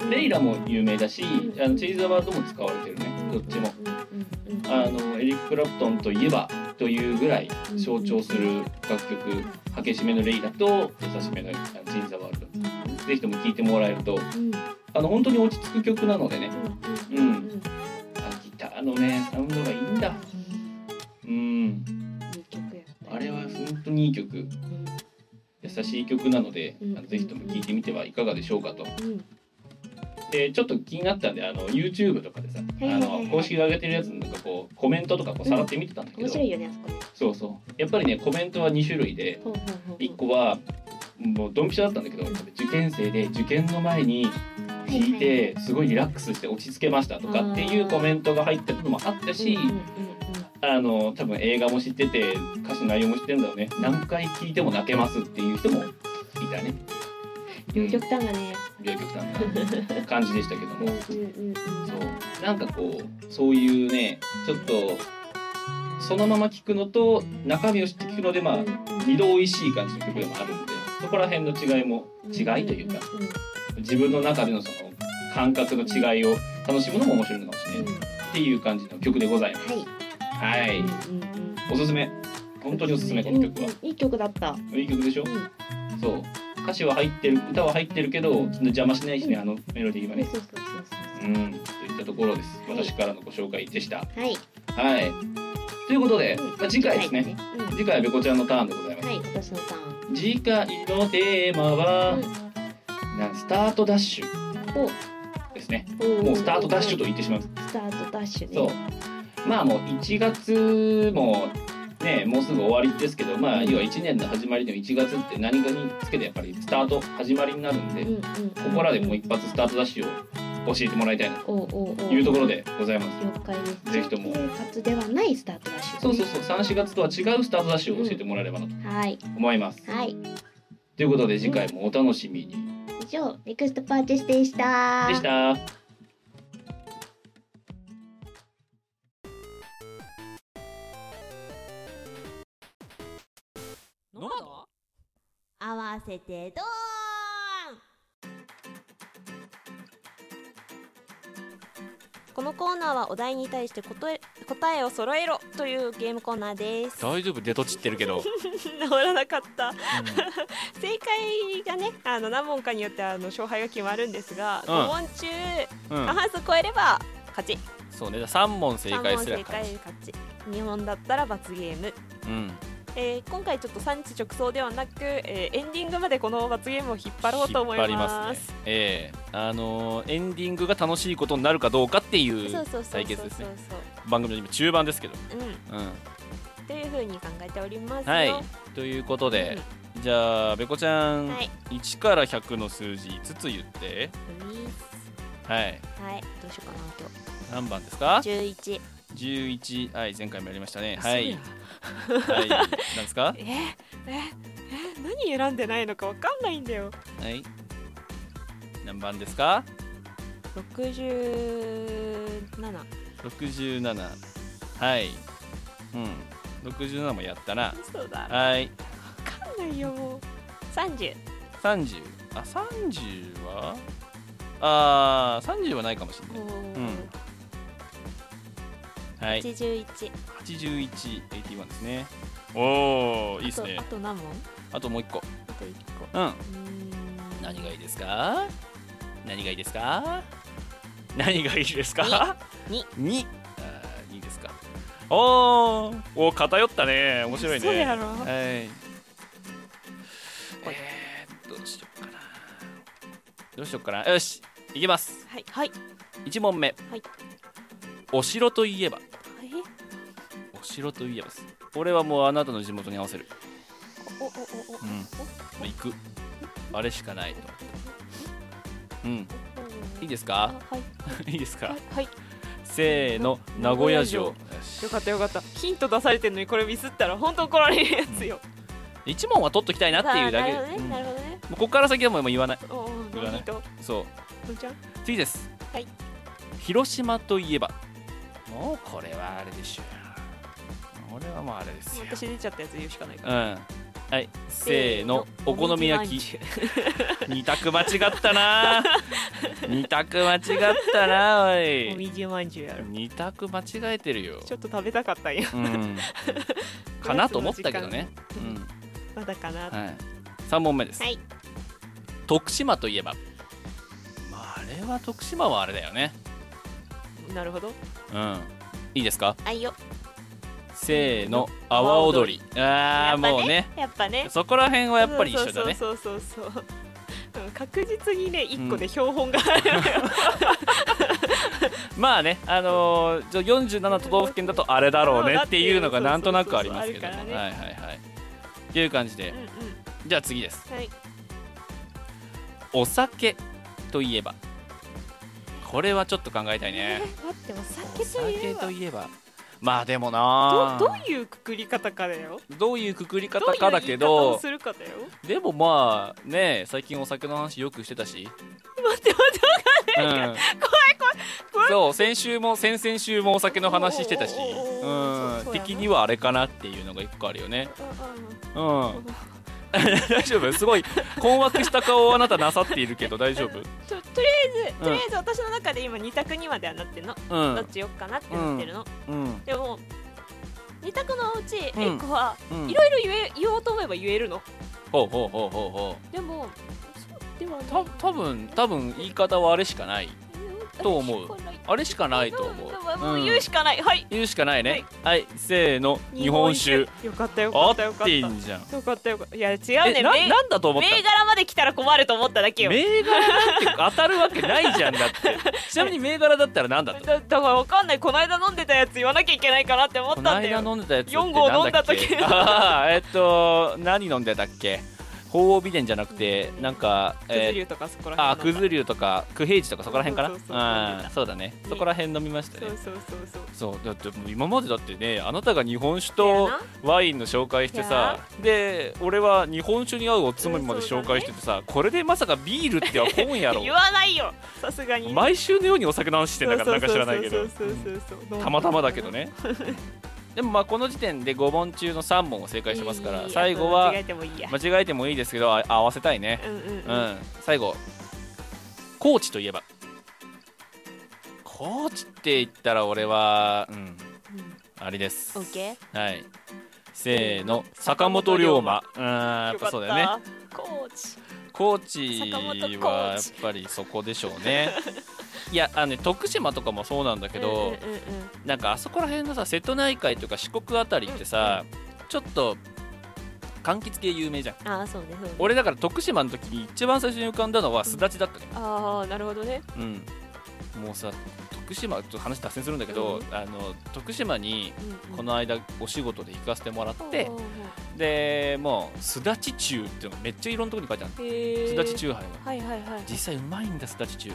F: うん
C: レイラも有名だし
F: うん
C: あのチェイザーバードも使われてるねどっちも
F: うんうんうん
C: あのエリック・クラプトンといえばというぐらい象徴する楽曲「はけしめのレイダ」と「優しめのジンザワールド」ぜひとも聴いてもらえると
G: うん
C: あの本当に落ち着く曲なのでね
G: うんうんうん
C: あのギターのねサウンドがいいんだうん
G: いい曲やった
C: あれは本当にいい曲優しい曲なので
G: うん
C: あのぜひとも聴いてみてはいかがでしょうかと
G: うん
C: でちょっと気になったんであの YouTube とかでさあ
G: はいはいはい
C: の公式が上げてるやつなんかこうコメントとかこうさらって見てたんだけ
G: 面
C: ど
G: 白いよねあそこね
C: そうそうやっぱりねコメントは2種類で
G: ほうほうほうほう
C: 1個はもうドンピシャだったんだけど受験生で受験の前に聴いてすごいリラックスして落ち着けましたとかっていうコメントが入ってるのもあったし
G: うんうんうん
C: あの多分映画も知ってて歌詞の内容も知ってるんだろうね何回聴いても泣けますっていう人もいたね。
G: うん両極端がね
C: 両極端な感じでしたけど
G: う
C: も
G: んうんうんうん
C: そうなんかこうそういうねちょっとそのまま聞くのと中身を知って聞くのでまあ二度おいしい感じの曲でもあるんでそこら辺の違いも違いというか
G: んん
C: 自分の中でのその感覚の違いを楽しむのも面白いのかもしれ
G: うん
C: ないっていう感じの曲でございます。は
G: はい
C: い、
G: うんうんうん
C: おすすめ本当におすすめこの曲は
G: うん。うんいい曲だった
C: いい曲でしょ、そう歌詞は入ってる歌は入ってるけどそんな邪魔しないしねあのメロディーはね。
G: そうそうそうそう
C: うん、といったところです。
G: はい
C: 私からのご紹介でした。
G: はい
C: はい。ということで
G: うん、
C: まあ、次回ですね。
G: うんは
C: 次回はべこちゃんのターンでございます。
G: い私のターン
C: 次回のテーマは、なスタートダッシュ
G: お
C: ですね。
G: お
C: もうスタートダッシュと言ってしまう。
G: スタートダッシュね
C: そう。まあもう1月もね、もうすぐ終わりですけど、まあ要は1年の始まりの1月って何かにつけてやっぱりスタート始まりになるんで、
G: うんうん
C: ここらでもう一発スタートダッシュを教えてもらいたいな
G: おうおうお
C: というところでございます。
G: 了解です
C: ぜひとも
G: 生活ではないスタートダッシュ
C: そうそうそう3、4月とは違うスタートダッシュを教えてもらえればなと
G: はい
C: 思います。
G: はい
C: ということで次回もお楽しみに。
G: 以上リクエストパーティスでした
C: でした。
B: ノマド
H: 合わせてどーんこのコーナーはお題に対して答え答えを揃えろというゲームコーナーです。
I: 大丈夫出とちってるけど、
B: 治らなかった正解がねあの何問かによってあの勝敗が決まるんですが、
I: うん
B: 五5問中、
I: うんうん
B: 過半数超えれば勝ち
I: そうね3問正
B: 3
I: 解
B: 問
I: すれば
B: 正解
I: 勝
B: で
I: ち
B: 勝ち2問だったら罰ゲーム、
I: うん
B: えー今回ちょっと産地直送ではなく、えーエンディングまでこの罰ゲームを引っ張ろうと思います
I: ねええあのーエンディングが楽しいことになるかどうかってい
B: そう
I: う
B: そうそう
I: 対
B: そ
I: 決
B: う
I: で
B: そう
I: す
B: そう
I: ね番組の今中盤ですけど、
B: うん
I: うん、
B: というふうに考えておりますよ
I: はいということで、じゃあべこちゃん、
B: はい
I: 1から100の数字5つ言って
H: ういっ
I: はい
H: すはい、どうしようかな今
I: 何番です
H: 日。
I: か
H: 十一。
I: 11はい前回もやりましたねはいはい 何ですか
B: えー、えー、えー、何選んでないのかわかんないんだよ
I: はい何番ですか
B: 67
I: 67はいうん67もやったな
B: そうだ
I: はい
B: わかんないよもう30
I: 30あ30はあー30はないかもしれないうんはい
H: 81
I: 8181ですねおおいいですね
B: あと何問
I: あともう一
H: あ
I: 個
H: と一個
I: うん
H: うーん
I: 何がいいですか何がいいですか何がいいですか
H: に
I: にあーにですかおーお偏ったね面白いね
B: そうやろ
I: はいえー、どうしようかなどうしようかなよしいきます
B: はいはい
I: 1問目、
B: はい
I: お城といえば
B: え
I: お城といえばです俺はもうあなたの地元に合わせる
B: おおおお
I: うん行くあれしかないと思ってうんいいです
B: あ
I: か
B: はい
I: いいですか
B: はいはい
I: せーの名古屋城
B: 名古よかったよかったヒント出されてるのにこれミスったら本当怒られるやつよ、
I: 一問は取っときたいなっていうだけで
H: なるほど
I: う
H: ね
I: んも
H: なるほどね
I: うここから先はもう言わない
B: おおお
I: 言わない
B: ヒント
I: そう
B: のんちゃん
I: 次です
B: はい
I: 広島といえばもうこれはあれでしょうよ俺はもうあれですよ
B: 私出ちゃったやつ言うしかないか
I: うん
C: はいせーのお好み焼き二択間違った な二択間違ったなお
B: お
C: い
B: みじまんじゅうやろ
C: 二択間違えてるよ
B: ちょっと食べたかったんや
C: うんかなと思ったけど ねうん
B: まだかな
C: はい、3問目です、
B: はい
C: 徳島といえば、まあ、あれは徳島はあれだよね
B: なるほど
C: うんいいですか
D: あいよ
C: せーの阿波踊りああ
B: やっぱね
C: もうね
B: やっぱね
C: そこら辺はやっぱり一緒だね
B: そうそうそうそうそううん確実にね一個で標本が あるのよ
C: まあねあのー、じゃあ47都道府県だとあれだろうねっていうのがなんとなくありますけども
B: そう
C: は
B: そ
C: い
B: うそうそう
C: はい
B: あ
C: はいっていう感じで
B: うんうん
C: じゃあ次です
B: はい
C: お酒といえばこれはちょっと考えたいね
B: 待ってお
C: お
B: 酒とい
C: 酒
B: えば
C: といえばまあでもな
B: どどういうくくり方かだよ
C: うどういうくくり
B: ど
C: 方
B: ういう
C: かだけど
B: 言い方をするかだよ
C: でもまあね最近お酒の話よくしてたし、
B: 待って待って
C: うん、怖い怖いそう先週も先々週もお酒の話してたし
B: おーおーお
C: う
B: ー
C: ん
B: そうそうやな
C: 敵にはあれかなっていうのが一個あるよね
B: あ
C: うん大丈夫すごい困惑した顔をあなたなさっているけど大丈 夫
B: あととりあえずとりあえず私の中で今二択にまではなってんの
C: う
B: どっ
C: ん
B: ちよっかなってなってるの
C: うん
B: でも二択のうち
C: うん
B: 一個は
C: うん
B: いろいろ言え言おうと思えば言えるの
C: ほうほうほうほうほう
B: でもそうでは
C: た多分多分言い方はあれしかないと思うあれしかないと思う
B: もう
C: うん
B: 言うしかない、はい
C: 言うしかないねはい、せーの日本酒
B: よかったよ
C: あ
B: かったよ
C: っ
B: かってた
C: いい
B: よ
C: んじゃん
B: かったよかったいや違う
C: え
B: ね
C: な
B: 銘
C: なんだと思った
B: 銘柄まで来たら困ると思っただけよ
C: 銘柄なんて当たるわけないじゃんだって ちなみに銘柄だったら何だった
B: だだからわかんないこの間飲んでたやつ言わなきゃいけないかなって思っ
C: この
B: たんだよ
C: 間飲んでたやつって
B: 四号
C: なんだっ
B: 飲んだ
C: け
B: 時
C: あ あえっと何飲んでたっけ鳳凰美伝じゃなくてなんか
B: くず
C: えー
B: 流とかそこら辺
C: あくず竜とか九平治とかそこら辺か
B: そうそうそうそう
C: なうんそうだねそこら辺飲みました
B: そう
C: ね
B: そうそうそう
C: そうだってもう今までだってねあなたが日本酒とワインの紹介してさで俺は日本酒に合うおつまみまで紹介しててさこれでまさかビールってはこんやろ
B: 言わないよさすがに
C: 毎週のようにお酒の話してんだからなんか知らないけ
B: そ
C: ど
B: うそうそうそうそう
C: たまたまだけど ねでもまあこの時点で5問中の3問を正解してますか
B: いい
C: ら
B: いい
C: 最後は
B: 間違えてもいいや、
C: 間違えてもいいですけどあ合わせたいね
B: うんうん
C: う
B: うん
C: ん最後高知といえば高知って言ったら俺はうんあれです
D: オッケー
C: はいせーの坂本龍馬うんやっぱそうだよね
B: ねコーチ
C: 高知
B: 坂本高知
C: はやっぱりそこでしょうね いやあのね徳島とかもそうなんだけど、
B: うんうんうんうん
C: なんかあそこら辺のさ瀬戸内海とか四国あたりってさ、ちょっと柑橘系有名じゃん
D: あーそうねそうね
C: 俺だから徳島の時に一番最初に浮かんだのはすだちだったね
B: ああなるほどね
C: うん、もうさ徳島ちょっと話脱線するんだけど、あの徳島にこの間お仕事で行かせてもらって、でもうすだち中っていうのがめっちゃいろんなとこに書いてある
B: へえ
C: すだちチューハイが
B: はいはいはい
C: 実際うまいんだすだち中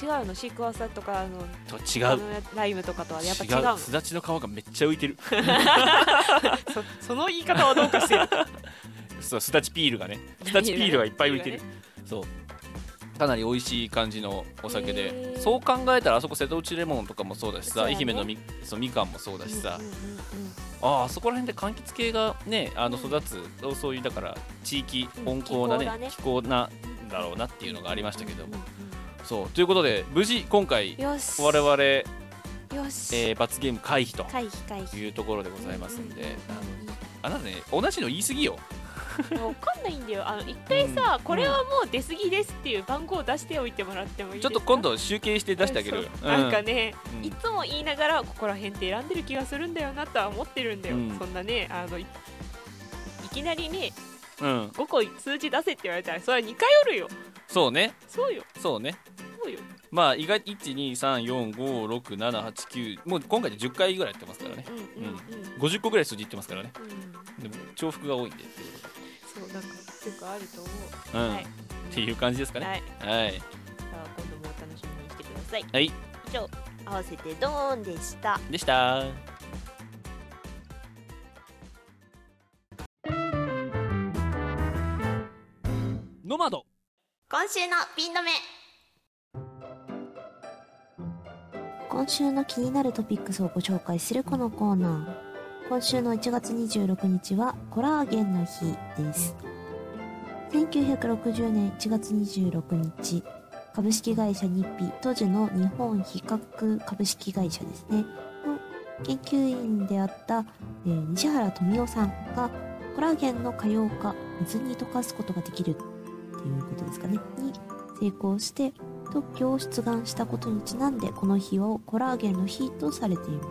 B: 違うのシークワーサーとかあの
C: と
B: あ
C: 違う
B: のライムとかとはやっぱ違う
C: 違
B: の
C: うすだちの皮がめっちゃ浮いてる
B: そその言い方はどうかしてる
C: そうすだちピールがねすだちピールがいっぱい浮いてる
B: ピ
C: そうかなり美味しい感じのお酒
B: へ
C: で
B: ー
C: そう考えたらあそこ瀬戸内レモンとかもそうだしさ、
B: そうやね
C: 愛媛のみそうみかんもそうだしさ、
B: うんうんうん
C: あーあそこら辺で柑橘系がねあの育つ、そういうだから地域温厚なね,、気候なんだろうなっていうのがありましたけども、そうということで無事今回
D: よし
C: 我々、え
D: よし、
C: ー罰ゲーム回避と
D: 回避回避
C: いうところでございますんで、あのあなたね同じの言い過ぎよ
B: うんわかんないんだよあの一回さ、これはもう出過ぎですっていう番号を出しておいてもらってもいい
C: ちょっと今度集計して出してあげるよ
B: そうなんかね、
C: うん
B: いつも言いながらここら辺って選んでる気がするんだよなとは思ってるんだよ、
C: うん
B: そんなねあのいいきなりね
C: うんうん
B: 5個数字出せって言われたらそれは2回おるよ
C: そうね
B: そうよ
C: そうね
B: そうよ
C: まあ意外123456789もう今回で10回ぐらいやってますからね
B: うんうんうん、
C: うん50個ぐらい数字いってますからね
B: うん
C: でも重複が多いんでっていうこ
B: そうなんかよくあると思
C: と
B: う
C: でうん、
B: はい
C: っていう感じですかね
B: はい
C: はい、
D: じゃあ今度もお楽しみにしてください
C: はい、
D: 以上合わせてドーンでした
C: でした。ノマド。
D: 今週のピン止め今週の気になるトピックスをご紹介するこのコーナー今週の1月26日はコラーゲンの日です1960年1月26日株式会社日比当時の日本比較株式会社ですねの研究員であった、えー西原富夫さんがコラーゲンの可用化水に溶かすことができるっていうことですかねに成功して特許を出願したことにちなんでこの日をコラーゲンの日とされていま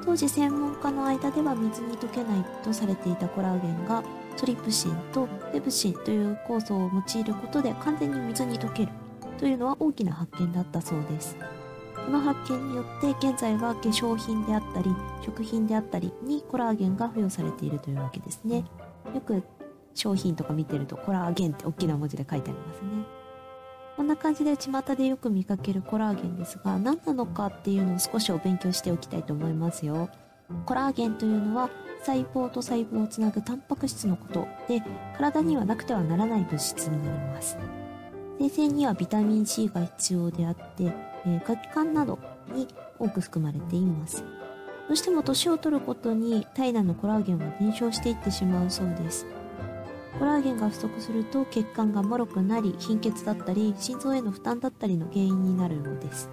D: す当時専門家の間では水に溶けないとされていたコラーゲンがトリプシンとペプシンという酵素を用いることで完全に水に溶けるというのは大きな発見だったそうですこの発見によって現在は化粧品であったり食品であったりにコラーゲンが付与されているというわけですねよく商品とか見てるとコラーゲンって大きな文字で書いてありますねこんな感じで巷でよく見かけるコラーゲンですが何なのかっていうのを少しお勉強しておきたいと思いますよコラーゲンというのは細胞と細胞をつなぐタンパク質のことで体にはなくてはならない物質になります生成にはビタミン C が必要であって、えー、血管などに多く含まれていますどうしても年を取ることに体内のコラーゲンは減少していってしまうそうですコラーゲンが不足すると血管が脆くなり貧血だったり心臓への負担だったりの原因になるようです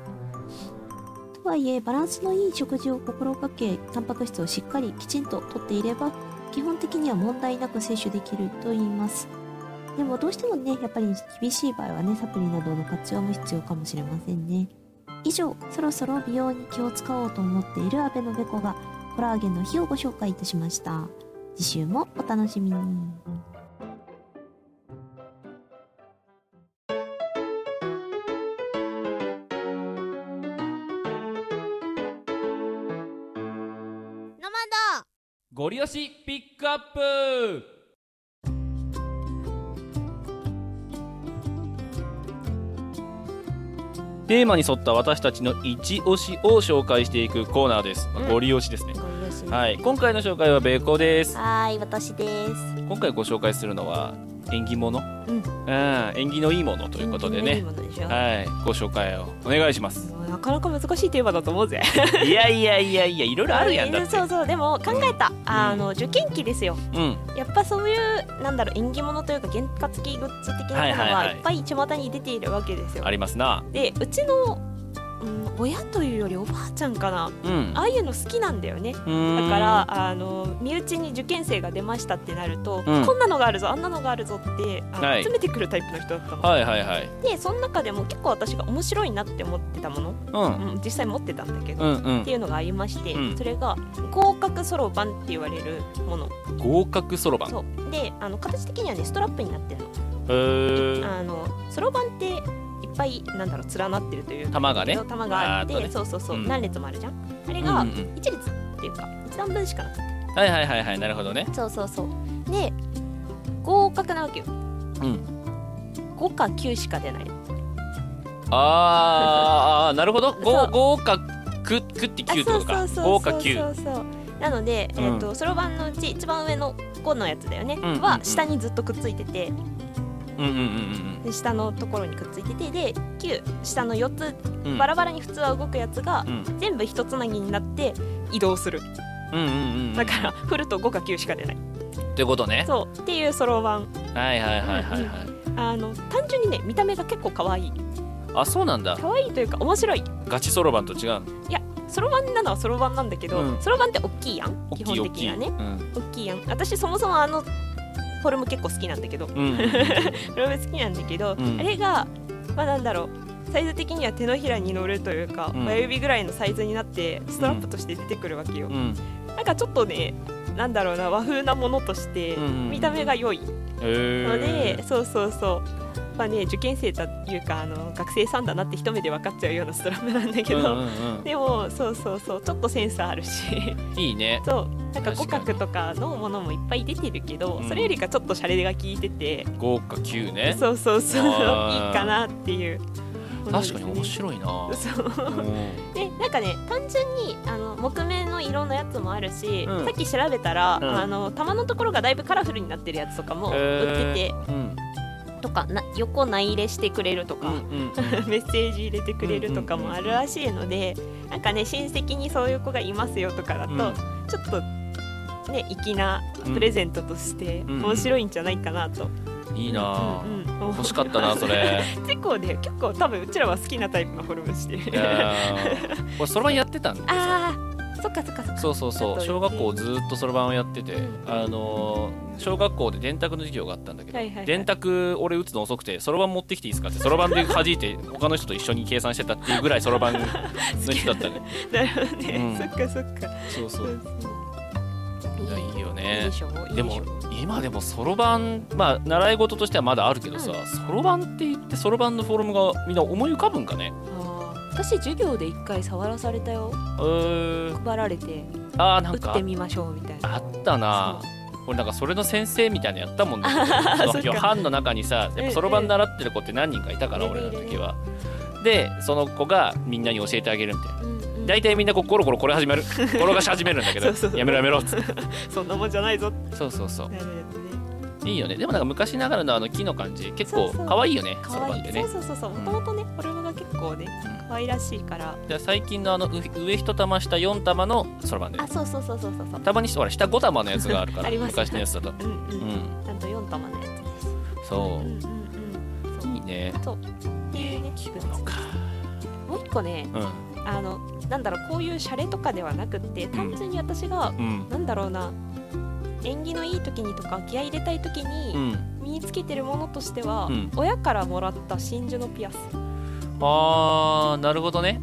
D: とはいえバランスのいい食事を心がけタンパク質をしっかりきちんととっていれば基本的には問題なく摂取できるといいますでもどうしてもねやっぱり厳しい場合はねサプリなどの活用も必要かもしれませんね以上そろそろ美容に気を使おうと思っているアベノベコがコラーゲンの日をご紹介いたしました次週もお楽しみに
C: ゴリ押しピックアップテーマに沿った私たちの一押しを紹介していくコーナーです。まあ
D: うん
C: ゴリ押しですね。
D: は
C: はい、今回の紹介はベコです。
D: はーい私です
C: 今回ご紹介するのは縁起物、
D: うん
C: ん縁起のいいものということでね、
B: は
C: はい、ご紹介をお願いします。
B: い、なかなか難しいテーマだと思うぜ。
C: いやいやいやいや、いろいろあるやんだって。
B: そうそうでも考えた、あの受験期ですよ。
C: うん、
B: やっぱそういうなんだろう縁起物というか原価付きグッズ的なも
C: はい
B: の
C: はい
B: が
C: はい
B: いっぱい巷に出ているわけですよ。
C: ありますな。
B: でうちの、うん、親というよりおばあちゃんかな
C: うん。
B: ああいうの好きなんだよね。だ
C: だ
B: からあの身内に受験生が出ましたってなると、
C: うん
B: こんなのがあるぞあんなのがあるぞってあの
C: はい
B: 詰めてくるタイプの人だったの、
C: はいはいはい。
B: でその中でも結構私が面白いなって思ってたもの、
C: うん。
B: うん、実際持ってたんだけど、
C: う
B: っ
C: んうん
B: て。いうのがありまして、
C: うん
B: それが合格そろばんって言われるもの
C: 合格そろばん。へ
B: そうであの形的にはねストラップになってるの
C: ー
B: あのそろばんっていっぱいなんだろう連なってるというか
C: 玉がね。
B: 玉があって
C: わーっとね
B: そうそうそう、
C: うん
B: 何列もあるじゃんあれ
C: うんう
B: が
C: ん
B: 一列っていうか一段分しかなくて
C: うんはいはいはいはい、なるほどね。
B: そうそうそうで合格なわけよ
C: うん。
B: 5か9しか出ない
C: あーあー、なるほど。
B: そ
C: 合
B: う
C: 合格くって
B: あ
C: 九ってことか。合格九。
B: そうそうなので
C: うん
B: えっとそろばんのうち一番上の5のやつだよね、
C: んうんうん
B: は下にずっとくっついてて
C: うんうん
B: で下のところにくっついててで9下の4つ
C: うんうん。
B: バラバラに普通は動くやつが
C: うん
B: 全部一つなぎになって移動する
C: うんうんうんうん。
B: だから振ると5か9しか出ない
C: ってことね。
B: そうっていうそろばん
C: はいはいはいはいはい。
B: あの単純にね見た目が結構可愛い
C: あ、そうなんだ。
B: 可愛いというか面白い
C: ガチそろばんと違うの。
B: そろばんなのはそろばんなんだけ
C: う
B: ど
C: ん
B: そろばんって大きいやん
C: 大
B: 基
C: きい
B: 本
C: 大
B: 的
C: きい。
B: にはね
C: うん。
B: 大きいやん私そもそもあのフォルム結構好きなんだけどフ
C: うん。
B: ォルム好きなんだけど、
C: うん
B: あれがまあなんだろうサイズ的には手のひらに乗るというか、
C: うん
B: 親指ぐらいのサイズになってストラップとして出てくるわけよ、
C: うん。
B: なんかちょっとねなんだろうな和風なものとして
C: うん
B: 見た目が良いので、
C: へー
B: そうそうそうまあね受験生というかあの学生さんだなって一目で分かっちゃうようなストラップなんだけど、
C: うんうん
B: でもそうそうそうちょっとセンスあ るし
C: うんいいね。
B: そうなんか
C: 確
B: 五
C: かに
B: 角とかのものもいっぱい出てるけど、
C: うん
B: それよりかちょっとシャレが効いてて、
C: 豪華9ね。
B: そうそうそういい
C: あー
B: かなっていうもので
C: 確
B: す
C: か
B: ね、
C: に面白いな。
B: そう
C: うん
B: でなんかね単純にあの木目の色のやつもあるし、
C: うん
B: さっき調べたら、
C: うん
B: あの玉のところがだいぶカラフルになってるやつとかも売ってて、
C: うん
B: とかな横内入れしてくれると
C: う
B: か、
C: ん
B: メッセージ入れてくれるとかもあるらしいので、なんかね親戚にそういう子がいますよとかだと、
C: うん
B: ちょっとね粋なプレゼントとして
C: うん
B: 面白いんじゃないかなと、
C: いいなあ
B: うんうん
C: 欲しかった なそれ
B: 結構ね結構多分うちらは好きなタイプのフォルムして
C: い
B: るあ
C: やー俺そろばんやってたんで
B: あーそっかそっかそっか
C: そうそうそ
B: あ
C: う
B: と
C: 小学校ずーっとそろばんをやっててあのー小学校で電卓の授業があったんだけど、
B: はいはいはい
C: 電卓俺打つの遅くてそろばん持ってきていいですかってそろばんで弾いて他の人と一緒に計算してたっていうぐらいそろ ばんの人だったね
B: なるほどね、
C: うん
B: そっかそっか
C: そうそういやいいよ
B: いい
C: ね
B: でしょいいしょ
C: でも今でもそろばんまあ習い事としてはまだあるけどさそろばんって言ってそろばんのフォルムがみんな思い浮かぶんかね
J: あー私授業で一回触らされたよ
C: うー
J: 配られて
C: あーな
J: 打
C: ん
J: っ
C: か
J: てみましょうみたいな
C: あったな俺なんかそれの先生みたいなのやったも んね
B: そっ
C: その
B: か
C: 班の中にさやっぱそろばん習ってる子って何人かいたから
J: ええ
C: 俺らの時はでその子がみんなに教えてあげるみたいな
J: うんうん
C: 大体みんなこうゴロゴロこれ始 める転がし始めるんだけど
B: そうそう
C: やめろやめろっつって
B: そんなもんじゃないぞっ
C: そうそうそ
B: てなるやつね
C: ういいよねでもなんか昔ながらのあの木の感じ結構
B: そうそう
C: 可愛いよねそろ
B: 可
C: ば
B: 愛
C: んって
B: いそ
C: ね
B: うそうそうそうもともとねフォルムが結構ね可愛らしいから
C: で最近のあのう上一玉下四玉のそろばんで
B: あそうそうそうそうそうそう
C: たまにほら下五玉のやつがあるから
B: あります
C: 昔のやつだと
B: うんう、
C: うんん
B: ちゃんと四玉のやつです
C: そ
B: うんうんうん
C: う
B: そう
C: いいね
B: っていうね
C: 着物か
B: もう一個ね
C: うん
B: あのなんだろうこういうシャレとかではなくって単純に私が、
C: うん
B: なんだろうな縁起のいい時にとか気合い入れたい時
C: う
B: に
C: ん
B: 身につけてるものとしては、
C: うん
B: 親からもらった真珠のピアス
C: あーなるほどね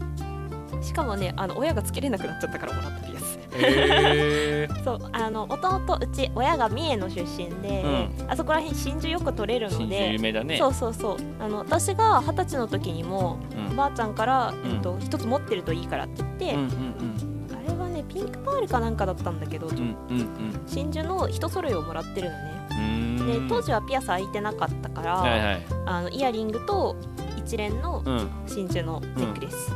B: しかもねあの親がつけれなくなっちゃったからもらったピアス
C: へえ
B: そうあの弟うち親が三重の出身で、あそこら辺真珠よく取れるの
C: 真珠
B: で
C: 有名だね
B: そうそうそうあの私が二十歳の時にも、
C: うん
B: おばあちゃんから
C: ん
B: 一、えっと一つ持ってるといいからって言って、
C: うんうん
B: あれはねピンクパールかなんかだったんだけど、
C: うんうんうん
B: 真珠の一揃いをもらってるのね、
C: うんうー
B: で
C: ん
B: 当時はピアス開いてなかったから、
C: はいはい
B: あのイヤリングと一連の
C: うん
B: 真珠のネックレス、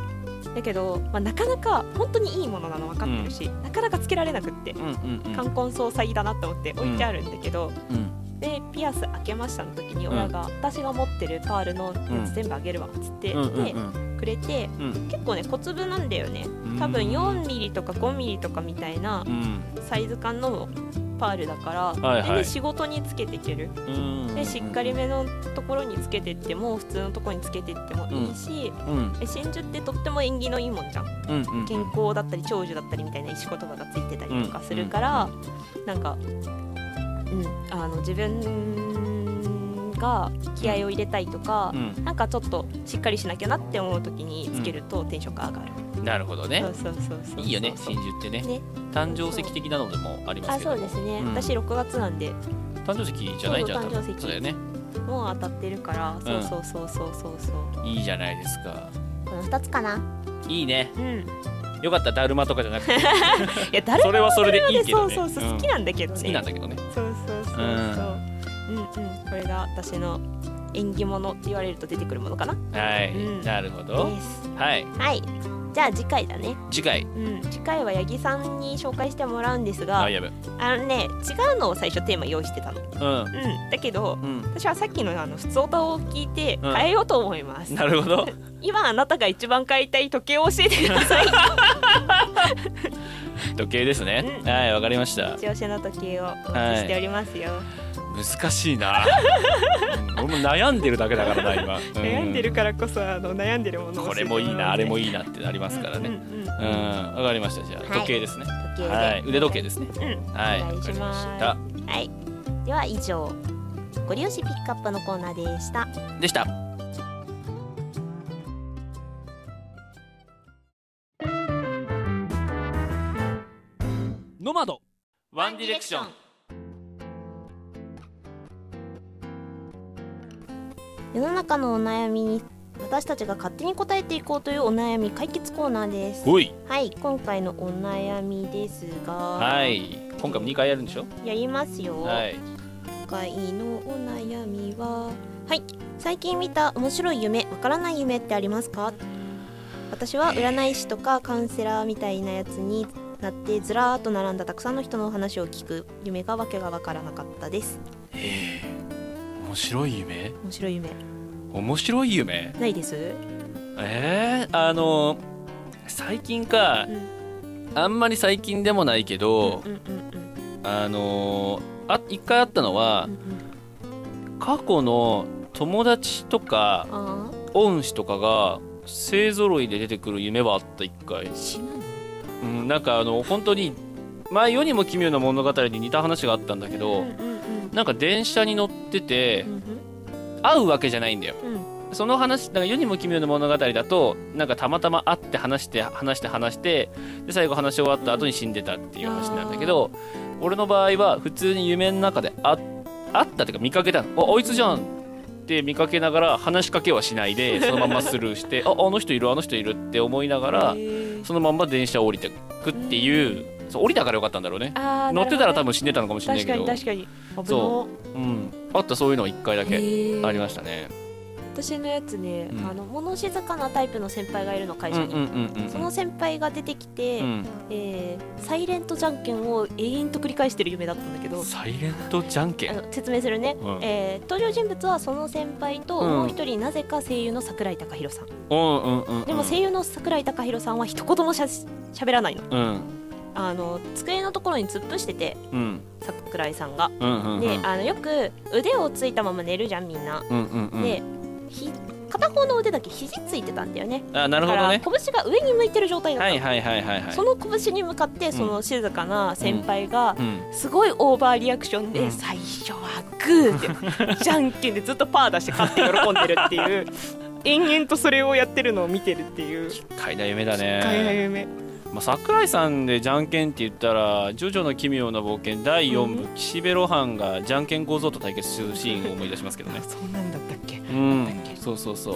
B: だけど、まあ、なかなか本当にいいものなの分かってるし、なかなかつけられなくって
C: うんうん
B: 冠婚葬祭だなと思って置いてあるんだけど、
C: うんうん
B: でピアス開けましたの時に親が、私が持ってるパールのやつ全部あげるわっつって、
C: うんうん
B: でくれて、
C: うん
B: 結構ね小粒なんだよね
C: うん
B: 多分4ミリとか5ミリとかみたいな
C: うん
B: サイズ感のパールだから、
C: はいはい
B: でね仕事につけていける
C: うん
B: でしっかりめのところにつけてっても普通のところにつけてってもいいし、
C: うん
B: え真珠ってとっても縁起のいいもんじゃん
C: うんうん
B: 健康だったり長寿だったりみたいな石言葉がついてたりとかするから、なんか、うん、あの自分が気合を入れたいとか
C: う、ん
B: なんかちょっとしっかりしなきゃなって思う時につけるとテンションが上がる、
C: なるほどね
B: そうそうそうそう
C: いいよね真珠ってね
B: ね
C: 誕生石的なのでもあります
B: あ
C: けど
B: そうですね、
C: うん
B: 私6月なんで
C: 誕生石じゃないじゃん
B: そう
C: 多
B: 誕生
C: 分
B: 石
C: そうだよね
B: もう当たってるから、そうそうそうそうそうそう
C: いいじゃないですか
D: この2つかな。
C: いいね
B: うんい
C: よかっただるまとかじゃなく て
B: や誰
C: そ
B: も
C: れはそれでいいけ
B: そ
C: ど
B: う
C: ね
B: そうそう、
C: うん
B: 好きなんだけどね
C: 好きなんだけどね
B: そうそうそうそう。うんうん、これが私の縁起物って言われると出てくるものかな。
C: は
B: うん
C: いなるほど
B: です。
C: はい
D: はい。
B: じゃあ次回だね。
C: 次回
B: うん、次回は八木さんに紹介してもらうんですが、
C: あやべ
B: あのね違うのを最初テーマ用意してたの。う
C: うん
B: ん、だけど。
C: うん
B: 私はさっきのあの普通歌を聞いて
C: うん
B: 変えようと思います、
C: なるほ ど
B: 今あなたが一番買いたい時計を教えてください
C: 時計ですね
B: うん
C: はいわかりました
B: 一押しの時計をお待ちしておりますよ、
C: 難しいな うん俺も悩んでるだけだからな今
B: 悩んでるからこそあの悩んでるものを
C: これもいいなあれもいいなってなります
B: い
C: から
B: う
C: ね
B: んうん
C: う
B: うん
C: んわかりましたじゃあ
D: い
C: 時計ですね
D: 時計で。
C: はい腕時計ですね
B: うん
C: はい
D: お願
C: わ
D: い
C: か
D: し
C: りま
D: ます
C: した
D: はい。では以上、ご利用しピックアップのコーナーでした。
C: でしたノマドワンディレクション
D: 世の中のお悩みに私たちが勝手に答えていこうというお悩み解決コーナーです。
C: ほい
D: はい、今回のお悩みですが、
C: はい今回も2回やるんでしょ
D: やりますよ。
C: はい
D: 今回のお悩みは、はい、最近見た面白い夢、わからない夢ってありますか？私は占い師とかカウンセラーみたいなやつになってずらーっと並んだたくさんの人のお話を聞く夢がわけがわからなかったです。
C: へえ面白い夢
D: 面白い夢
C: 面白い夢
D: ないです？
C: えー、あの最近か
B: う、
C: あんまり最近でもないけど、
B: うんうんうん
C: あのーあ一回あったのは、過去の友達とか
B: あ
C: 恩師とかが勢ぞろいで出てくる夢はあった一回、
B: あ死ぬ
C: うん、なんかあの本当に前世にも奇妙な物語に似た話があったんだけど、
B: うんうんうん
C: なんか電車に乗ってて
B: うん
C: 会うわけじゃないんだよ
B: うん
C: その話なんか世にも奇妙な物語だとなんかたまたま会って話して話して話してで最後話し終わった後に死んでたっていう話なんだけど俺の場合は普通に夢の中であ会ったっていうか見かけたのああいつじゃんって見かけながら話しかけはしないでそのままスルーして ああの人いるあの人いるって思いながらそのまんま電車を降りてくっていうそう降りたからよかったんだろうね
B: あー
C: 乗ってたら多
B: なるほどね
C: 分死んでたのかもしれない
B: 確
C: け
B: か
C: ど
B: に確かに
C: そ
B: 危な
C: うん、あったそういうのは1回だけ
J: へー
C: ありましたね
B: 私のやつね、
C: うん
B: あの物静かなタイプの先輩がいるの
C: う
B: 会
C: んう
B: 社
C: ん
B: に、
C: うんうん
B: その先輩が出てきて、
C: うん
B: えーサイレントじゃんけんを永遠と繰り返してる夢だったんだけど
C: サイレントじゃんけ
B: あ
C: ん。
B: の説明するね、
C: うん
B: えー登場人物はその先輩と
C: うん
B: もう一人なぜか声優の桜井貴弘さん、
C: うんうんうんうん。
B: でも声優の桜井貴弘さんは一言もしゃ喋らないの
C: うん
B: あの机のところに突っ伏してて
C: うん
B: 桜井さんが、
C: うんうんうん。
B: であのよく腕をついたまま寝るじゃんみんな、
C: うんうんうん。
B: でひ片方の腕だけ肘ついてたんだよね
C: あなる
B: だ
C: ほ
B: か
C: ど
B: ら
C: ね。
B: 拳が上に向いてる状態だった
C: は
B: の、
C: いはいはいはいはい。
B: その拳に向かってその静かな先輩が
C: うん
B: すごいオーバーリアクション
C: う
B: で
C: ん
B: 最初はグーって じゃんけんでずっとパー出して勝って喜んでるっていう延々とそれをやってるのを見てるっていう
C: 怪な夢だ
B: 大変
C: ね。
B: 夢
C: まあ桜井さんでじゃんけんって言ったらジョジョの奇妙な冒険第四部岸辺露伴がじゃんけん小僧と対決するシーンを思い出しますけどね。
B: そうなんだったっけ
C: うん。そうそうそう。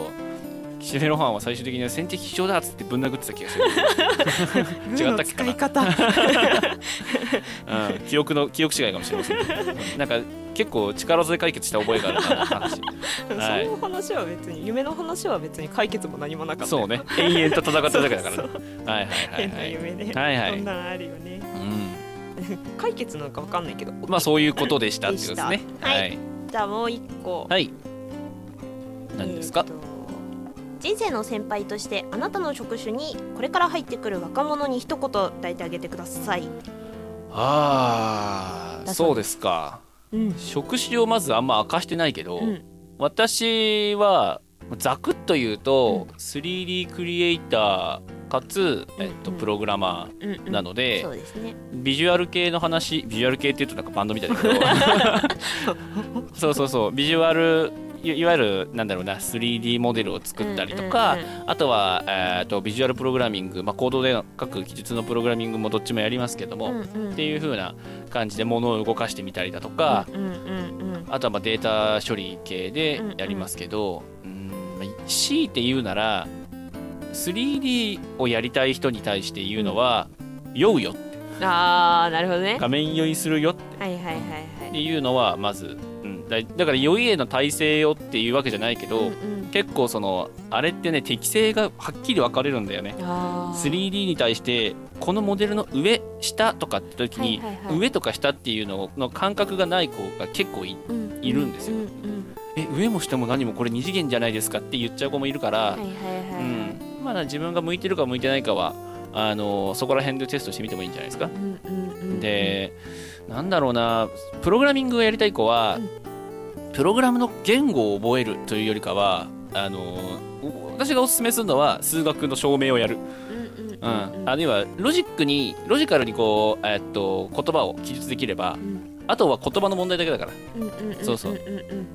C: 岸辺露伴は最終的には先敵必勝だっつってぶん殴ってた気がする。
B: グ
C: 違
B: ー
C: った
B: の
C: っけか
B: 使
C: ない
B: 方
C: うん記憶の記憶違いかもしれま せんけど。なんか結構力強い解決した覚えがあるな 話。
B: その話は別に夢の話は別に解決も何もなかった
C: そうね延々と戦ってるだけだから
B: そう
C: ね
B: そう
C: はいはい
B: 変
C: は
B: ない
C: はい、
B: 夢で
C: はいはい
B: そんなのあるよね
C: う
B: 解決なんかわかんないけど
C: ん、まあそういうことでしたってことですね
B: で
C: は
B: はいいじゃあもう一個
C: はい何ですか
B: えーと人生の先輩としてあなたの職種にこれから入ってくる若者に一言抱いてあげてください。
C: ああ
B: だ
C: そ
B: そう
C: うですか
B: うん。
C: 職種をまずあんま明かしてないけど、
B: うん。
C: 私はざくっと言うと、3D クリエイターかつ、えっと、
B: うんうん
C: プログラマ
B: うん。
C: ーなので、
B: そうですね。
C: ビジュアル系の話ビジュアル系って言うとなんかバンドみたいだけどそうそうそうビジュアルいいわゆるなんだろうな 3D モデルを作ったりとか、
B: うんうんうん
C: あとは、えー、とビジュアルプログラミング、まあ、コードで書く技術のプログラミングもどっちもやりますけども、
B: うん
C: っ
B: うん
C: ていう風な感じで物を動かしてみたりだとか、
B: うんうんうん
C: あとはまあデータ処理系でやりますけど、うーんまあ強いて言うなら 3D をやりたい人に対して言うのは「酔うよ」
B: うん。ああ、なるほどね。
C: 画面酔いするよっ
B: はいはいはいは
C: て
B: い。
C: いうのはまず、うん、だだから酔いへの耐性よっていうわけじゃないけど、
B: うん
C: 結構そのあれってね適性がはっきり分かれるんだよね。
B: うん。ああ。
C: 3D に対してこのモデルの上下とかって時に、
B: はいはいはい
C: 上とか下っていうのの感覚がない子が結構いいるんですよ
B: うんうん。
C: え上も下も何もこれ二次元じゃないですかって言っちゃう子もいるから、
B: はいはいはいは
C: う
B: い。
C: ん、まだ自分が向いてるか向いてないかはあのそこら辺でテストしてみてもいいんじゃないですか。
B: うんうんうん。
C: でなんだろうなプログラミングをやりたい子は、
B: う
C: プログラムの言語を覚えるというよりかはあの私がおすすめするのは数学の証明をやる。
B: うんうんうん。
C: うん、あるいはロジックにロジカルにこう、えっと言葉を記述できれば、
B: ん
C: あとは言葉の問題だけだから
B: うんうんうん。
C: そうそうん
B: んうん。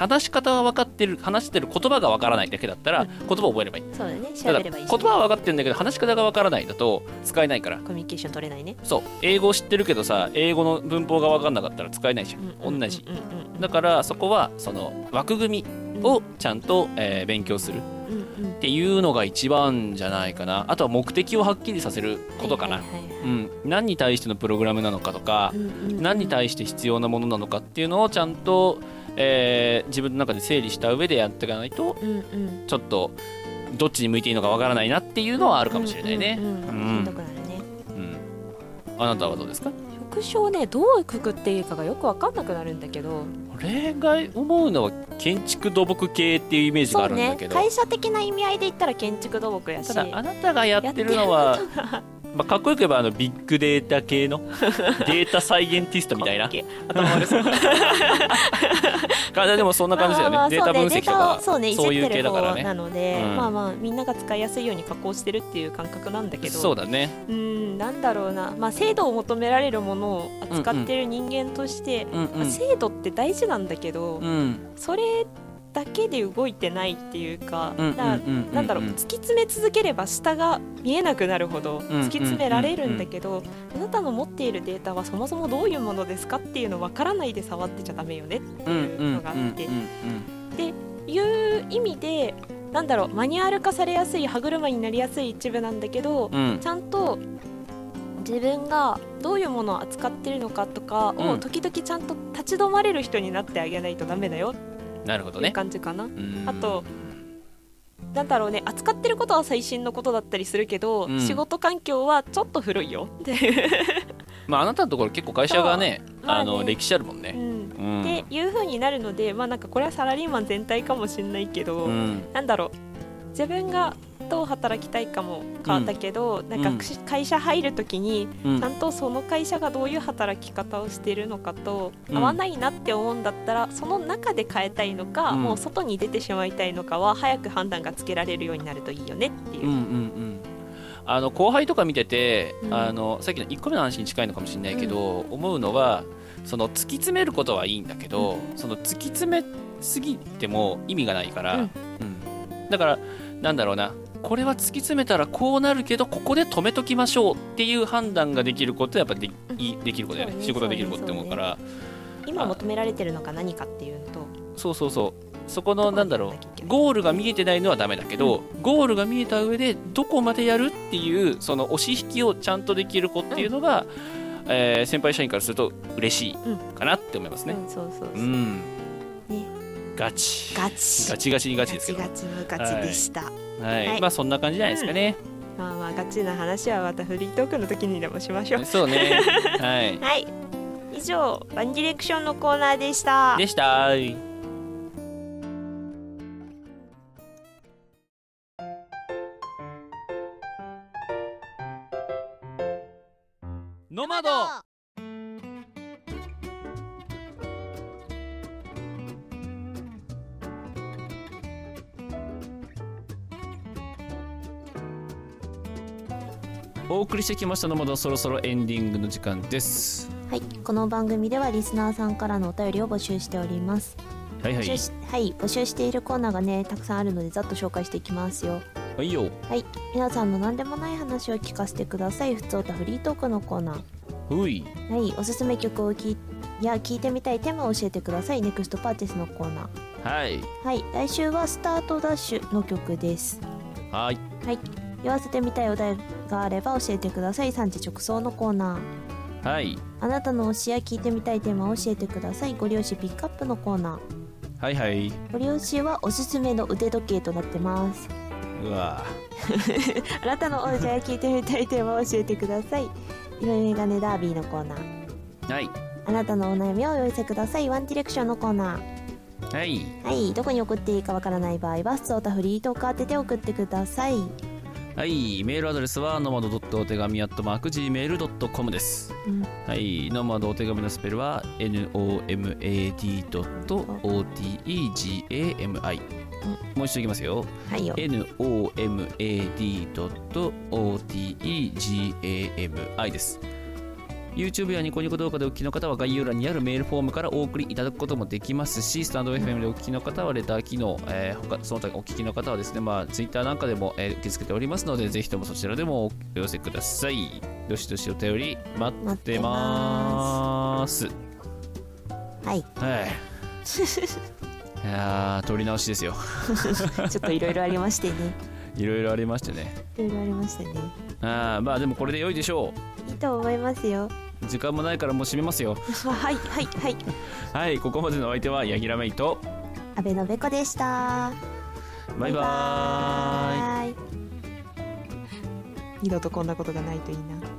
C: 話し方は分かってる話してる言葉が分からないだけだったら、
B: うん
C: 言葉を覚えればいい
B: そうだね。
C: た
B: 調
C: だ
B: べれ
C: 言
B: ばいいし。
C: 葉は分かってるんだけど話し方が分からないだと使えないから
B: コミュニケーション取れないね。
C: そう英語知ってるけどさ英語の文法が分かんなかったら使えないじゃん、同じ
B: うんうんうん。
C: だからそこはその枠組みをちゃんと、えー勉強するっ
B: うんうん。
C: ていうのが一番じゃないかなあとは目的をはっきりさせることかな、
B: はいはいはいはい
C: うん、何に対してのプログラムなのかとか、何に対して必要なものなのかっていうのをちゃんと、えー自分の中で整理した上でやっていかないと
B: うんうん
C: ちょっとどっちに向いていいのかわからないなっていうのはあるかもしれないね
B: う。んうんう
C: う
B: ん
C: ん
B: しんどくなるね
C: うんあなたはどうですか
J: 職曲賞ねどうくくっていいかがよく分かんなくなるんだけど
C: 俺が思うのは建築土木系っていうイメージがあるんだけど、
B: 会社的な意味合いで言ったら建築土木やした
C: だあなたがやってるのはまあ、かっこよく言えばあのビッグデータ系のデータサイエンティストみたいな
B: かっけえ頭悪そう
C: でもそんな感じだよね、
B: まあまあ
C: データ分析とか
B: そうねデータを
C: そ
B: そ
C: うう
B: ね
C: い
B: いじっ
C: う
B: て
C: 系
B: る
C: だから
B: 方
C: ね
B: なので、
C: うん
B: まあまあみんなが使いやすいように加工してるっていう感覚なんだけど
C: そうだね
B: うんなんだろうな、まあ、制度を求められるものを扱ってる人間として、
C: うん
B: まあ制度って大事なんだけど、
C: うんうん
B: それだけで動いてないっていうか、
C: うんうん
B: な
C: うん
B: なんだろう突き詰め続ければ下が見えなくなるほど突き詰められるんだけど、あなたの持っているデータはそもそもどういうものですかっていうの分からないで触ってちゃダメよねっていうのがあって、
C: うんうん
B: いう意味でなんだろうマニュアル化されやすい歯車になりやすい一部なんだけど、
C: うんうん
B: ちゃんと自分がどういうものを扱ってるのかとか
C: う
B: を
C: ん
B: 時々ちゃんと立ち止まれる人になってあげないとダメだよっ
C: うんなるほど
B: ていう
C: ね
B: 感じかな。
C: うん
B: あとなんだろうね扱ってることは最新のことだったりするけど、
C: うん
B: 仕事環境はちょっと古いよっていう、
C: まああなたのところ結構会社がね
B: そうまあ
C: あ
B: ね
C: の歴史あるもん
B: う
C: ね
B: んっ
C: うん
B: ていう風になるのでまあなんかこれはサラリーマン全体かもしれないけど、
C: うん
B: なんだろう自分がどう働きたいかも変わったけど、なんか
C: うん
B: くし会社入る時に
C: うん
B: ちゃんとその会社がどういう働き方をしているのかと
C: うん
B: 合わないなって思うんだったらその中で変えたいのか、
C: うん
B: もう外に出てしまいたいのかは早く判断がつけられるようになるといいよねっていう
C: ん
B: う。
C: うんうんあの後輩とか見てて、
B: うん
C: あのさっきの1個目の話に近いのかもしれないけど、思うのはその突き詰めることはいいんだけど、その突き詰めすぎても意味がないから、
B: うん
C: うんだからなんだろうなこれは突き詰めたらこうなるけどここで止めときましょうっていう判断ができることはやっぱで,、いいできることだよ
B: そう
C: ね
B: ね
C: 仕事ができることって思うから
B: 今求められてるのが何かっていうのと
C: そうそうそうそこの
B: どこまで
C: なんだろ
B: やんなきゃいけ
C: う
B: ない
C: ゴールが見えてないのはダメだけど、ゴールが見えた上でどこまでやるっていうその押し引きをちゃんとできる子っていうのが、えー先輩社員からすると嬉しいかなって思いますね。
B: うん、そうそう
C: う、
B: そうんね
C: ガチ
B: ガチ
C: ガチガチにガチですけど
B: ガチのガチでした、
C: はい、
B: はい
C: まあそんな感じじゃないですかね、
B: まあまあガチな話はまたフリートークの時にでもしましょう
C: そうね はい
B: はい以上ワンディレクションのコーナーでした
C: でしたノマドお送りしてきましたノマドそろそろエンディングの時間です
D: はい、この番組ではリスナーさんからのお便りを募集しております。
C: はいは
D: 募
C: い
D: 集しはい、募集しているコーナーがね、たくさんあるので、ざっと紹介していきますよ。
C: はいよ
D: はい、皆さんの何でもない話を聞かせてください。ふつおたフリートークのコーナー。
C: ふい
D: はい、おすすめ曲を聞いや聞いてみたいテーマを教えてください。ネクストパーティスのコーナ
C: はい
D: ー。はい、来週はスタートダッシュの曲です。
C: はい
D: 言わせてみたいお題があれば教えてください。産地直送のコーナー。
C: はい
D: あなたの推しや聞いてみたいテーマを教えてください。ご両親ピックアップのコーナー。
C: はいはい
D: ご両親はおすすめの腕時計となってます。
C: うわ
D: あなたの王者や聞いてみたいテーマを教えてください。色眼鏡ダービーのコーナー。
C: はい
D: あなたのお悩みをお寄せください。ワンディレクションのコーナー。
C: はい
D: はい、どこに送っていいかわからない場合は、スオタフリートーク当てて送ってください。
C: はい、メールアドレスはノマドドットお手紙アットマーク Gmail.com です、
D: うん
C: はい、ノマドお手紙のスペルは nomad.otegami、もう一度いきますよ
D: はいよ。
C: nomad.otegami です YouTube やニコニコ動画でお聞きの方は概要欄にあるメールフォームからお送りいただくこともできますし、スタンド FM でお聞きの方はレター機能、えー他その他お聞きの方はですね、まあ、Twitter なんかでも、えー受け付けておりますので、ぜひともそちらでもお寄せください。どしどしお便り待ってます。
D: はい。
C: はい。いやー、撮り直しですよ。
D: ちょっといろいろありましてね。
C: いろいろありましてね。
D: いろいろありましたね。
C: あーまあでもこれで良いでしょ
D: いいと思いますよ。
C: う時間もないからもう閉めますよ
D: はい、はい、はい。
C: はいここまでのお相手はヤギラメイと
D: 安倍のべこでした。
C: バイバーイ
D: はい。
B: 二度とこんなことがないといいな